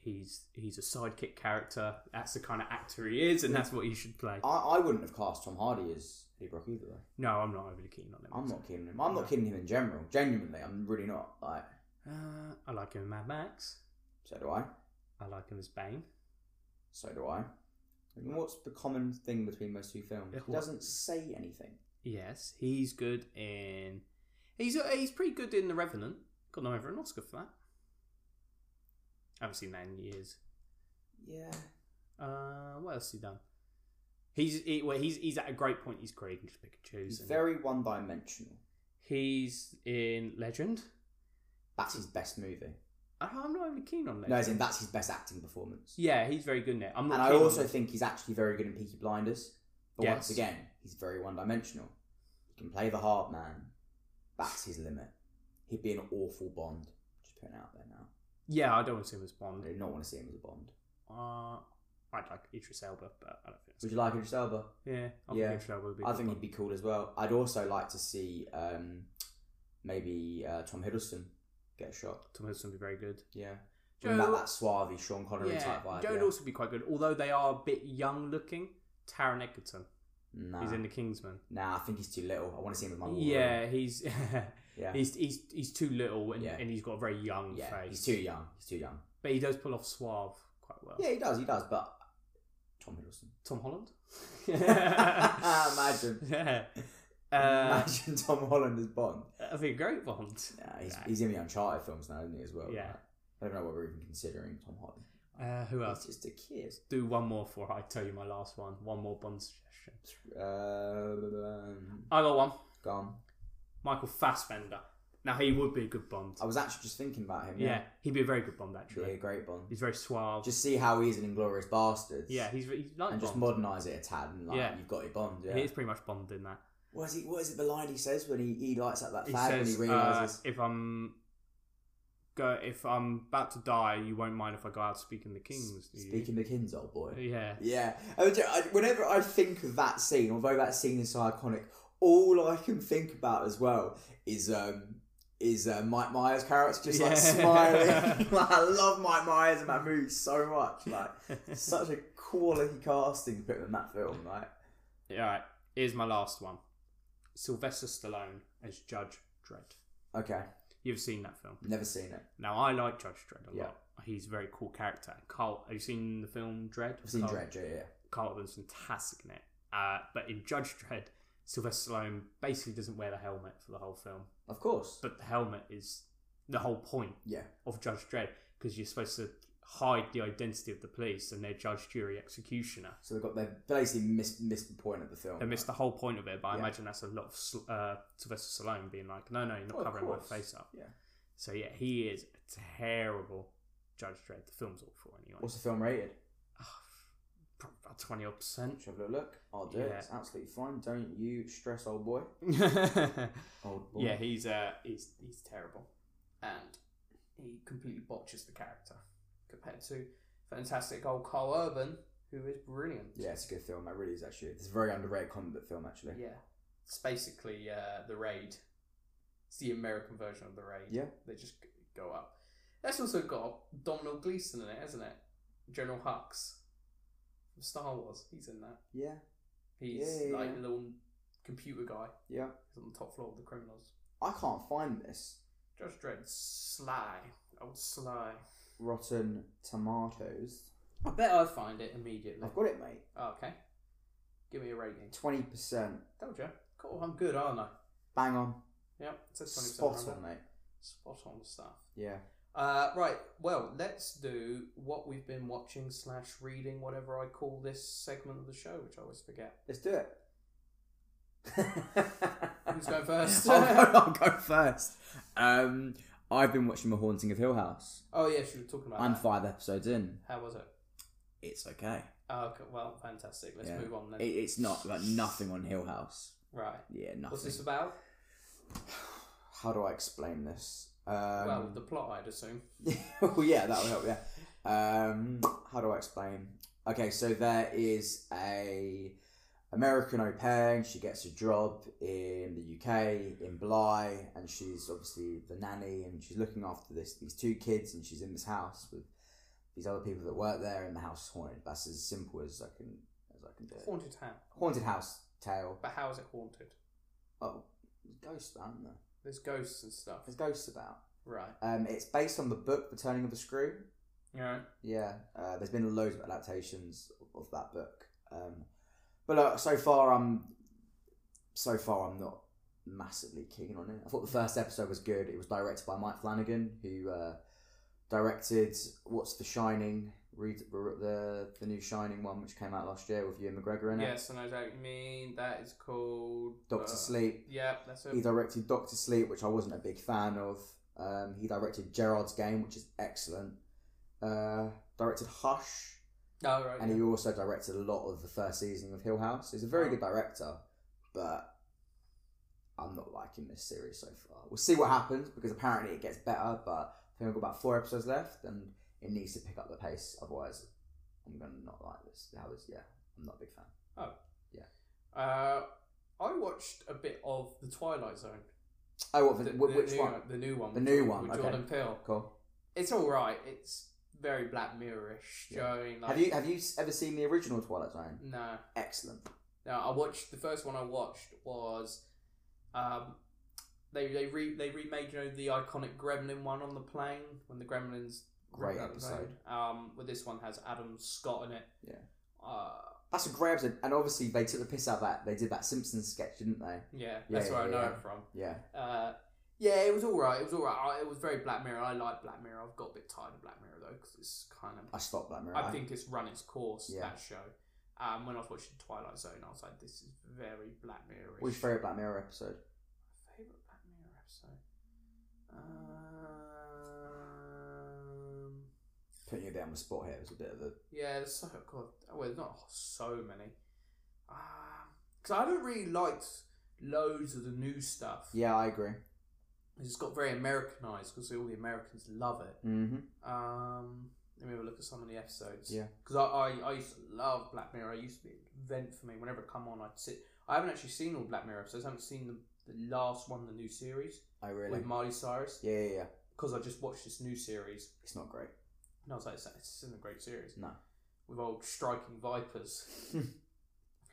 he's he's a sidekick character. That's the kind of actor he is, and that's what he should play. I, I wouldn't have cast Tom Hardy as Eddie Brock either. Though. No, I'm not overly keen on him. I'm not kidding him. I'm No. not kidding him in general. Genuinely, I'm really not. Like, Uh, I like him in Mad Max. so do I. I like him as Bane. So do I. And what's the common thing between those two films? Yeah, He what? doesn't say anything. Yes, he's good in. He's uh, he's pretty good in The Revenant. Got no ever an Oscar for that. haven't seen that in years. Yeah. Uh, what else has he done? He's he, well, he's he's at a great point. He's great. He can just pick and choose. He's and- very one dimensional. He's in Legend. That's his best movie. Uh, I'm not overly keen on Legend. No, as in that's his best acting performance. yeah, he's very good in it. I'm not and I keen on also Legend. think he's actually very good in Peaky Blinders. But Yes. once again, he's very one dimensional. He can play the hard man. That's his limit. He'd be an awful Bond. Just putting it out there now. Yeah, I don't want to see him as Bond. I do not want to see him as a Bond. Uh, I'd like Idris Elba, but I don't think. Would you like Idris Elba? yeah, I Yeah. think Idris Elba would be. I good think one. he'd be cool as well. I'd also like to see um, maybe uh, Tom Hiddleston get a shot. Tom Hiddleston would be very good. Yeah. Joe- about that suave Sean Connery yeah, type vibe. Joe yeah. would also be quite good, although they are a bit young looking. Taron Egerton Nah. He's in the Kingsman. Nah, I think he's too little. I want to see him with my Wolverine. Yeah, he's Yeah. he's he's he's too little and, Yeah. and he's got a very young yeah. face. He's too young. He's too young. but he does pull off suave quite well. Yeah, he does. He does. But Tom Hiddleston. Tom Holland. Imagine. Yeah. Uh, Imagine Tom Holland as Bond. that'd be a great Bond. Nah, he's, Nah. he's in the Uncharted films now, isn't he, as well? Yeah. I don't know what we're even considering Tom Holland. Uh, who He's else? just a kid. Do one more for I tell you my last one. One more Bond suggestion. Uh, Um, I got one. gone. Michael Fassbender. Now he would be a good Bond. I was actually just thinking about him. yeah. Oh, Yeah. he'd be a very good Bond Be actually. a great Bond. He's very suave. Just see how he's an Inglorious Bastards. yeah, he's, he's like And just Bond. modernise it a tad, and like Yeah. you've got your Bond. He Yeah. is pretty much Bond in that. What is, he, what is it? The line he says when he, he lights up that He fag when he says, uh, realizes. "If I'm go, if I'm about to die, you won't mind if I go out speaking the kings." Do you? Speaking the kins, old boy. Yeah. Yeah. I mean, I- whenever I think of that scene, although that scene is so iconic, all I can think about as well is um is uh, Mike Myers' character just Yeah. like smiling. like, I love Mike Myers and that movie so much. Like such a quality casting put in that film. Like Yeah, All right. Here's my last one. Sylvester Stallone as Judge Dredd. okay, You've seen that film. never seen it. Now I like Judge Dredd a Yeah. lot. He's a very cool character. Carl, have you seen the film Dredd? I've seen Carl- Dredge. Yeah. Carlton's fantastic in it. Uh, but in Judge Dredd, Sylvester Stallone basically doesn't wear the helmet for the whole film. Of course. But the helmet is the whole point Yeah. of Judge Dredd because you're supposed to hide the identity of the police and their judge, jury, executioner. So they've got they basically missed missed the point of the film. They missed the whole point of it, but I Yeah. imagine that's a lot of Sl- uh, Sylvester Stallone being like, "No, no, you're not Oh, of covering my course. face up." Yeah. So yeah, he is a terrible Judge Dredd. The film's awful anyway. What's the film rated? Ah, probably about twenty odd percent. Should I have a look? I'll do it. Yeah. It's absolutely fine. Don't you stress, old boy. Old boy. yeah, he's uh, he's he's terrible. and he completely botches the character compared to fantastic old Carl Urban, who is brilliant. Yeah, it's a good film. That really is actually. It's a very underrated comic book film, actually. yeah. It's basically uh, the raid. It's the American version of the raid. Yeah. they just g- go up. That's also got Domhnall Gleeson in it, hasn't it? General Hux from Star Wars. He's in that. Yeah, He's Yeah, yeah, like yeah. a little computer guy. yeah. He's on the top floor of the criminals. I can't find this. Judge Dredd, Sly, old Sly. Rotten Tomatoes. I bet I find it immediately. I've got it, mate. Oh, okay. Give me a rating. Twenty percent. Told you. Cool, I'm good, aren't I? Bang on. Yep, it says 27 Spot around on, there. mate. Spot on stuff. Yeah. Uh, right, well, let's do what we've been watching slash reading, whatever I call this segment of the show, which I always forget. Let's do it. Who's going first? I'll, go, I'll go first. Um, I've been watching The Haunting of Hill House. Oh, yes, you were talking about I'm that. five episodes in. How was it? It's okay. Oh, okay, well, fantastic. Let's Yeah. move on then. It, it's not like nothing on Hill House. right. Yeah, nothing. What's this about? How do I explain this? Um, well, the plot, I'd assume. well, Oh, yeah, that'll help. Yeah. Um, how do I explain? Okay, so there is a American au pair. and She gets a job in the UK in Bly, and she's obviously the nanny, and she's looking after this these two kids, and she's in this house with these other people that work there, and the house is haunted. That's as simple as I can as I can do. It. Haunted town. Haunted house tale. But how is it haunted? Oh, there's ghosts about, isn't there? There's ghosts and stuff. There's ghosts about. Right. Um, it's based on the book, The Turning of the Screw. Yeah. Yeah, uh, there's been loads of adaptations of, of that book, um, but look, so far I'm so far I'm not massively keen on it. I thought the first episode was good. It was directed by Mike Flanagan, who uh, directed what's The Shining, read the the new Shining one, which came out last year with Ewan McGregor in it. Yes, and I know what you mean. That is called Doctor uh, Sleep. Yeah, that's it. He directed Doctor Sleep, which I wasn't a big fan of. Um, he directed Gerard's Game, which is excellent. Uh, directed Hush, Oh, right. and yeah. he also directed a lot of the first season of Hill House. He's a very Oh. good director, but I'm not liking this series so far. We'll see what happens because apparently it gets better, but I think I've got about four episodes left, and it needs to pick up the pace. Otherwise, I'm gonna not like this. How is yeah? I'm not a big fan. Uh, I watched a bit of The Twilight Zone. Oh, what, The, the, the which new, one? The new one. The with new Jordan- one, With okay. Jordan Peele. Cool. It's all right. It's very Black Mirrorish. Yeah. Showing like Have you have you ever seen the original Twilight Zone? no, Excellent. Now I watched the first one I watched was um, they they re, they remade you know the iconic Gremlin one on the plane when the Gremlins Great on the episode. plane. Um, well, this one has Adam Scott in it. Yeah. Uh, That's a great episode, and obviously they took the piss out of that. They did that Simpsons sketch, didn't they? yeah, that's Yeah, where I yeah, know yeah. it from. Yeah. Uh, yeah, it was all right. It was all right. I, it was very Black Mirror. I like Black Mirror. I've got a bit tired of Black Mirror though because it's kind of I stopped that mirror. I think it's run its course. Yeah. That show. Um, when I was watching Twilight Zone, I was like, "This is very Black Mirror." What's your favourite Black Mirror episode? favorite Black Mirror episode? Um, Putting you a bit on the spot here was a bit of a. yeah, there's so God. Well, there's not so many. Because I don't really like loads of the new stuff. Yeah, I agree. it's got very Americanized because all the Americans love it. Mm-hmm. Um, let me have a look at some of the episodes. Yeah. Because I, I, I used to love Black Mirror. I used to be an event for me. Whenever it come on, I'd sit. I haven't actually seen all Black Mirror episodes. I haven't seen the, the last one, the new series I really. with Miley Cyrus. Yeah, yeah, yeah. Because I just watched this new series It's not great. and I was like, "This- this isn't a great series. No. With old Striking Vipers.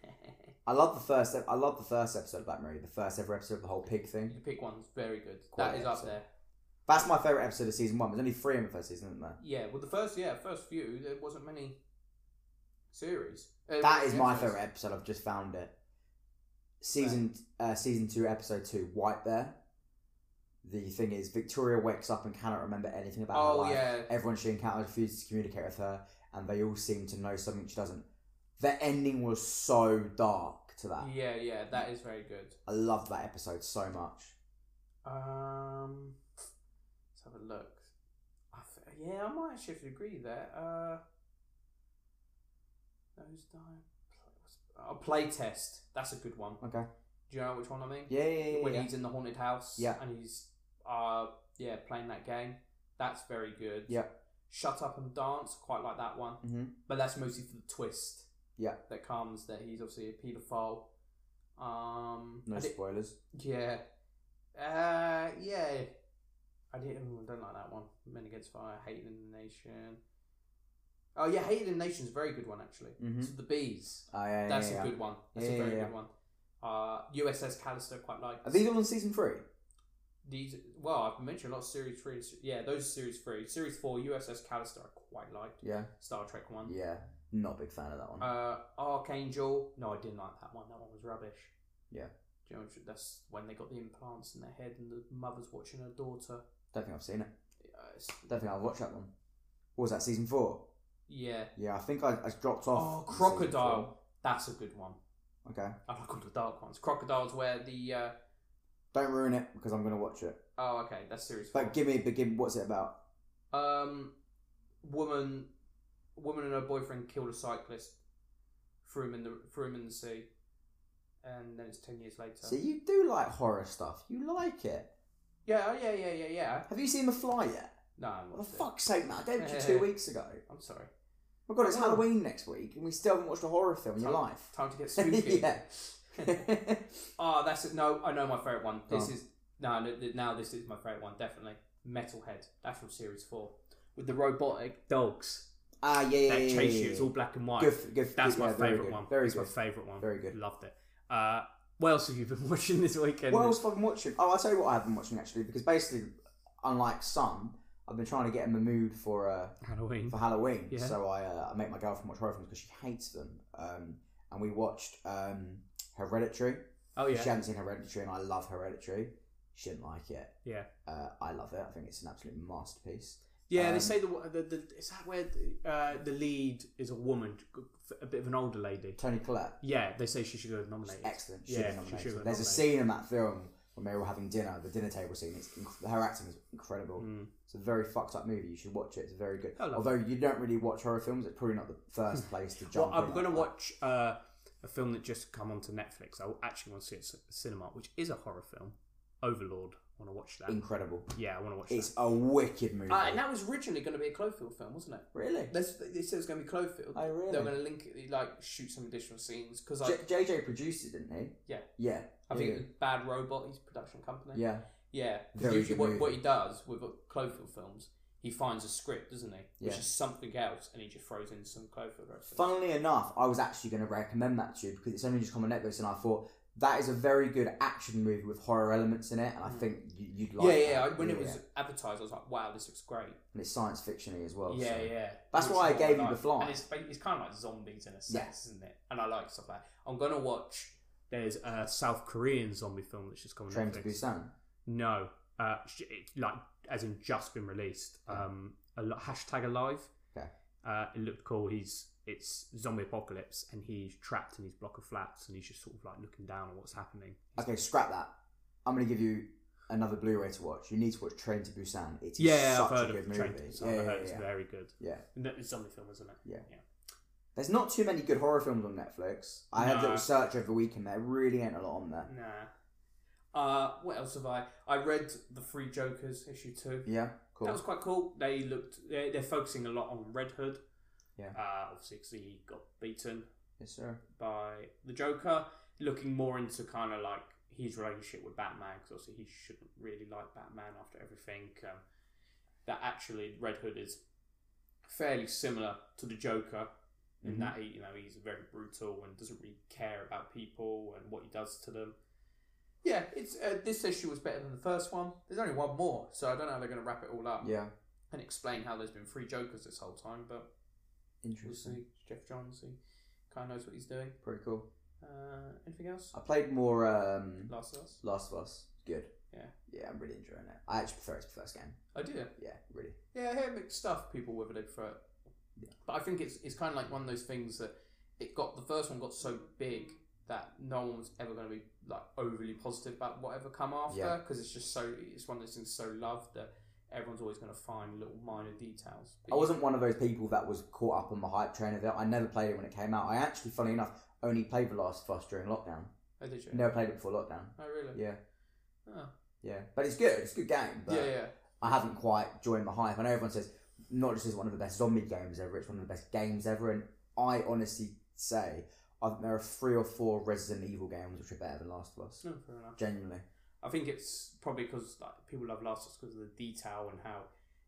I love the first. ep- I love the first episode of Black Mirror. The first ever episode of the whole pig the thing. pig one's very good. Quite that is up excellent. there. That's my favorite episode of season one. There's only three in the first season, isn't there? Yeah, well, the first, yeah, first few, there wasn't many series. Uh, That is my episodes. favorite episode. I've just found it. Season uh, season two, episode two, White Bear. The thing is, Victoria wakes up and cannot remember anything about her Oh, life. yeah. Everyone she encountered refuses to communicate with her, and they all seem to know something she doesn't. The ending was so dark to that. Yeah, yeah, that is very good. I loved that episode so much. Um, let's have a look. I th- yeah, I might actually agree there. Uh, those die. A playtest. That's a good one. Okay. Do you know which one I mean? Yeah, yeah, yeah. When yeah. he's in the haunted house. Yeah. And he's uh yeah playing that game. That's very good. Yeah. Shut up and dance. Quite like that one. hmm But that's mostly for the twist. Yeah. That comes that he's obviously a paedophile. Um. No I di- spoilers. yeah. Uh, yeah. I didn't. ooh, I don't like that one. Men Against Fire, Hating the Nation. Oh yeah, Hating the Nation's a very good one actually. Mhm. So the Bees. Oh, yeah, That's yeah, a yeah. good one. That's Yeah, a very yeah, yeah. good one. Uh, USS Callister quite like. Are these all on season three? These well, I've mentioned a lot of series three. and se- Yeah, those are series three, series four. USS Callister I quite liked. Yeah. Star Trek one. Yeah. Not a big fan of that one. Uh, Archangel. No, I didn't like that one. That one was rubbish. Yeah. Do you know, which- that's when they got the implants in their head and the mother's watching her daughter. Don't think I've seen it. Uh, it's- Don't think I've watched that one. What was that season four? yeah. Yeah, I think I, I dropped Oh, off. on season Crocodile. That's a good one. four. Okay. I like all the dark ones. Crocodile's where the. Uh, Don't ruin it because I'm gonna watch it. oh, okay. That's series four. But give me, but give what's it about? Um, woman, woman and her boyfriend killed a cyclist, threw him in the threw him in the sea, and then it's ten years later. See, you do like horror stuff. You like it. Yeah, oh, yeah, yeah, yeah, yeah. Have you seen The Fly yet? No, I'm not For the there. fuck's sake, Matt! I gave it to you two weeks ago. I'm sorry. My God, it's Wow. Halloween next week, and we still haven't watched a horror film in your Time- life. Time to get spooky. yeah. Ah, that's it. No, I know my favorite one. This Oh. is no, no, th- now this is my favorite one. Definitely Metalhead. That's from series four with the robotic dogs ah, yeah, yeah, That yeah, chase yeah, you. It's all black and white. Good, f- good. f- That's yeah, my very favourite good, one. Very That's good. my favourite one. Very good. Loved it. Uh, what else have you been watching this weekend? What else have I been watching? Oh, I'll tell you what I've been watching actually, because basically, unlike some, I've been trying to get in the mood for uh, Halloween. for Halloween. Yeah. So I, uh, I make my girlfriend watch horror films because she hates them. Um, and we watched um, Hereditary. Oh She yeah. hadn't seen Hereditary, and I love Hereditary. She didn't like it. Yeah. Uh, I love it. I think it's an absolute masterpiece. Yeah, Um, they say the, the, the is that where the, uh, the lead is a woman, a bit of an older lady. Tony Collette, Yeah, they say she should go she's nominated. excellent. She Yeah, was she should nominated. have There's a nominated. scene in that film when they're all having dinner, the dinner table scene. It's inc- her acting is incredible. Mm. It's a very fucked up movie. You should watch it. It's very good. I love Although you don't really watch horror films, it's probably not the first place to Well, jump. I'm in going to like watch uh, a film that just come onto Netflix. I actually want to see it at the cinema, which is a horror film. Overlord. I want to watch that. that. Incredible. Yeah, I want to watch It's that. a wicked movie. Uh, and that was originally going to be a Cloverfield film, wasn't it? really? They s- they said it was going to be Cloverfield. Oh, really? They were going to link it, like shoot some additional scenes because I, J- JJ produced it, didn't he? Yeah. Yeah. I think it was Bad Robot, his production company. Yeah. Yeah, 'cause Very usually good what, movie. what he does with uh, Cloverfield films, he finds a script, doesn't he? Which Yeah. is something else, and he just throws in some Cloverfield reference. Funnily enough, I was actually going to recommend that to you because it's only just come on Netflix, and I thought that is a very good action movie with horror elements in it, and I think you- you'd like. Mm. yeah, yeah. that. I, when it Yeah, was yeah. advertised, I was like, "Wow, this looks great." and it's science fictiony as well. yeah, so. yeah. Oh, That's why I is gave what you The like. Fly. And it's, ba- it's kind of like zombies in a sense, Yeah. isn't it? And I like stuff like that. I'm gonna watch. There's a South Korean zombie film that's just coming. Train to Netflix. Busan. No, uh, sh- it, like as in just been released. Um, a lo- hashtag alive. Okay. Uh, it looked cool. He's it's zombie apocalypse, and he's trapped in his block of flats, and he's just sort of like looking down on what's happening. Okay, scrap that. I'm going to give you another Blu-ray to watch. You need to watch Train to Busan. It is yeah, I've such heard of a good it. movie. Train to Busan. yeah, I yeah, heard it's yeah. very good. yeah. No, It's a zombie film, isn't it? Yeah. yeah. There's not too many good horror films on Netflix. I had a No. little search over the weekend. There really ain't a lot on Mm. there. Nah. Uh, what else have I? I read the Three Jokers issue two. Yeah, cool. That was quite cool. They looked. They're, they're focusing a lot on Red Hood. Yeah. Uh, obviously, 'cause he got beaten yes, sir. by the Joker. Looking more into kind of like his relationship with Batman, because obviously he shouldn't really like Batman after everything. Um, that actually Red Hood is fairly similar to the Joker in Mhm. that he, you know, he's very brutal and doesn't really care about people and what he does to them. Yeah, it's uh, this issue was better than the first one. There's only one more, so I don't know how they're going to wrap it all up Yeah, and explain how there's been three Jokers this whole time, but we'll interesting. see. Jeff Johns, he kind of knows what he's doing. Pretty cool. Uh, anything else? I played more um, Last of Us. Last of Us. Good. Yeah. Yeah, I'm really enjoying it. I actually prefer it to the first game. I do. Yeah, really. Yeah, I hear mixed stuff. People whether they prefer it, but I think it's it's kind of like one of those things that it got the first one got so big that no one was ever going to be like overly positive about whatever come after Yeah. because it's just so it's one of those things so loved that everyone's always going to find little minor details. But I wasn't one of those people that was caught up on the hype train of it. I never played it when it came out. I actually, funny enough, only played The Last of Us during lockdown. Oh, did you? Never played it before lockdown. Oh, really? Yeah, Oh. yeah. But it's good. It's a good game. But yeah, yeah. I haven't quite joined the hype. I know everyone says not just is one of the best zombie games ever, it's one of the best games ever. And I honestly say I think there are three or four Resident Evil games which are better than Last of Us. No, Oh, fair enough. Genuinely. I think it's probably because like people love Last of Us because of the detail and how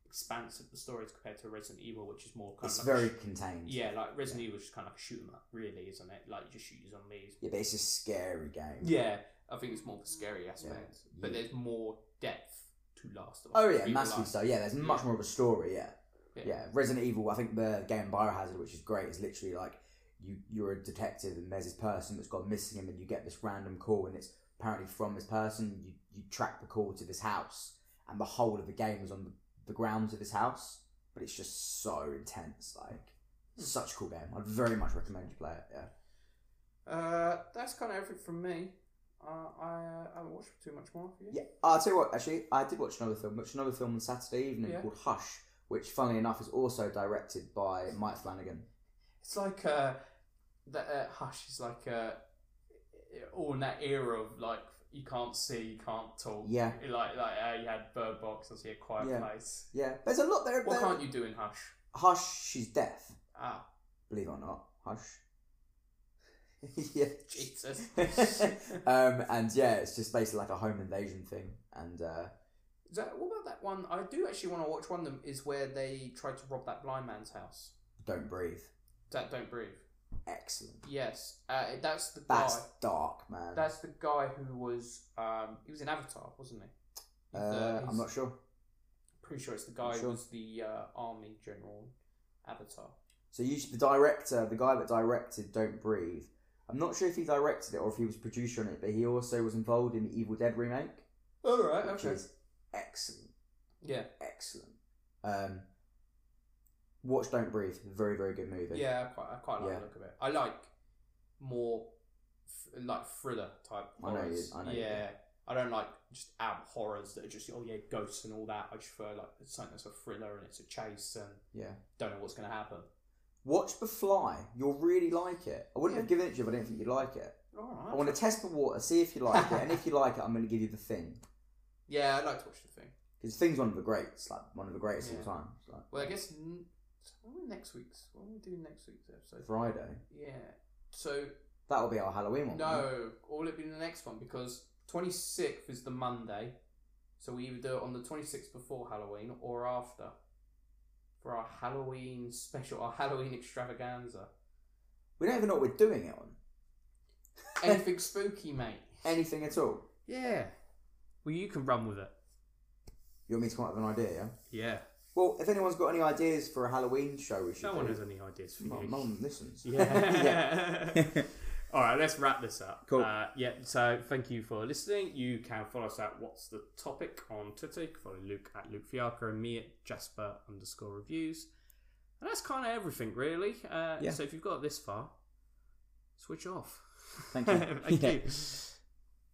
expansive the story is compared to Resident Evil, which is more kind it's of like a very sh- contained. yeah, like Resident Evil is just kind of like a shoot 'em up, really, isn't it? Like you just shoot your zombies. Yeah, but it's a scary game. Yeah, I think it's more the scary aspect, but Mm. Yeah. there's more depth to Last of Us. Oh yeah, People massively like- so. Yeah, there's much Yeah. more of a story. Yeah. Yeah. yeah, Resident Evil. I think the game Biohazard, which is great, is literally like you you're a detective and there's this person that's gone missing, and then you get this random call, and it's apparently from this person. You you track the call to this house, and the whole of the game is on the, the grounds of this house. But it's just so intense, like Hmm. such a cool game. I'd very much recommend you play it. Yeah. Uh, that's kind of everything from me. Uh, I uh, haven't watched too much more for you. Yeah, I'll tell you what. Actually, I did watch another film. Watched another film on Saturday evening Yeah. called Hush, which, funnily enough, is also directed by Mike Flanagan. It's like uh, that uh, Hush is like uh, all in that era of like you can't see, you can't talk. Yeah. Like like uh, you had Bird Box, obviously a Quiet Yeah. Place. Yeah, there's a lot there. What there- can't you do in Hush? Hush, she's deaf. Ah, Believe it or not, Hush. yeah. Jesus. um, and yeah, it's just basically like a home invasion thing, and uh, Is that, what about that one? I do actually want to watch one of them. Is where they tried to rob that blind man's house. don't breathe. That don't breathe. Excellent. Yes, uh, that's the That's guy. dark, man. That's the guy who was. Um, he was in Avatar, wasn't he? He's the- uh, he's- I'm not sure. Pretty sure it's the guy who Sure. was the uh, army general in Avatar. So you should, the director, the guy that directed Don't Breathe, I'm not sure if he directed it or if he was producer on it, but he also was involved in the Evil Dead remake, All right. which Okay. is excellent, Yeah. excellent. Um, watch Don't Breathe, very very good movie. Yeah. I quite. I quite like Yeah. the look of it. I like more, th- like thriller type I know you- horrors. I know you yeah. I don't like just ab horrors that are just oh yeah ghosts and all that. I just prefer like something that's a thriller and it's a chase and yeah. don't know what's going to happen. Watch The Fly. You'll really like it. I wouldn't Yeah. have given it to you if I didn't think you'd like it. All right. I want to test the water, see if you like it, and if you like it, I'm going to give you The Thing. Yeah, I'd like to watch the thing. Because The Thing's one of the greats, like one of the greatest of Yeah. all time. It's like Well, I guess n- what are next week's. What are we doing next week's episode? Friday. Yeah. So That'll be our Halloween one. won't it? no, or will it be the next one? Because twenty sixth is the Monday, so we either do it on the twenty sixth before Halloween or after. for our Halloween special, our Halloween extravaganza. We don't even know what we're doing it on. Anything spooky, mate? Anything at all. Yeah. Well, you can run with it. You want me to come up with an idea, yeah? Yeah. Well, if anyone's got any ideas for a Halloween show we should No one do. has any ideas for My you. mum listens. Yeah. All right, let's wrap this up. Cool. Uh, yeah, so thank you for listening. You can follow us at What's the Topic on Twitter. You can follow Luke at Luke Fiacre and me at Jasper underscore reviews. And that's kind of everything, really. Uh, Yeah. So if you've got this far, switch off. Thank you. thank Yeah. you.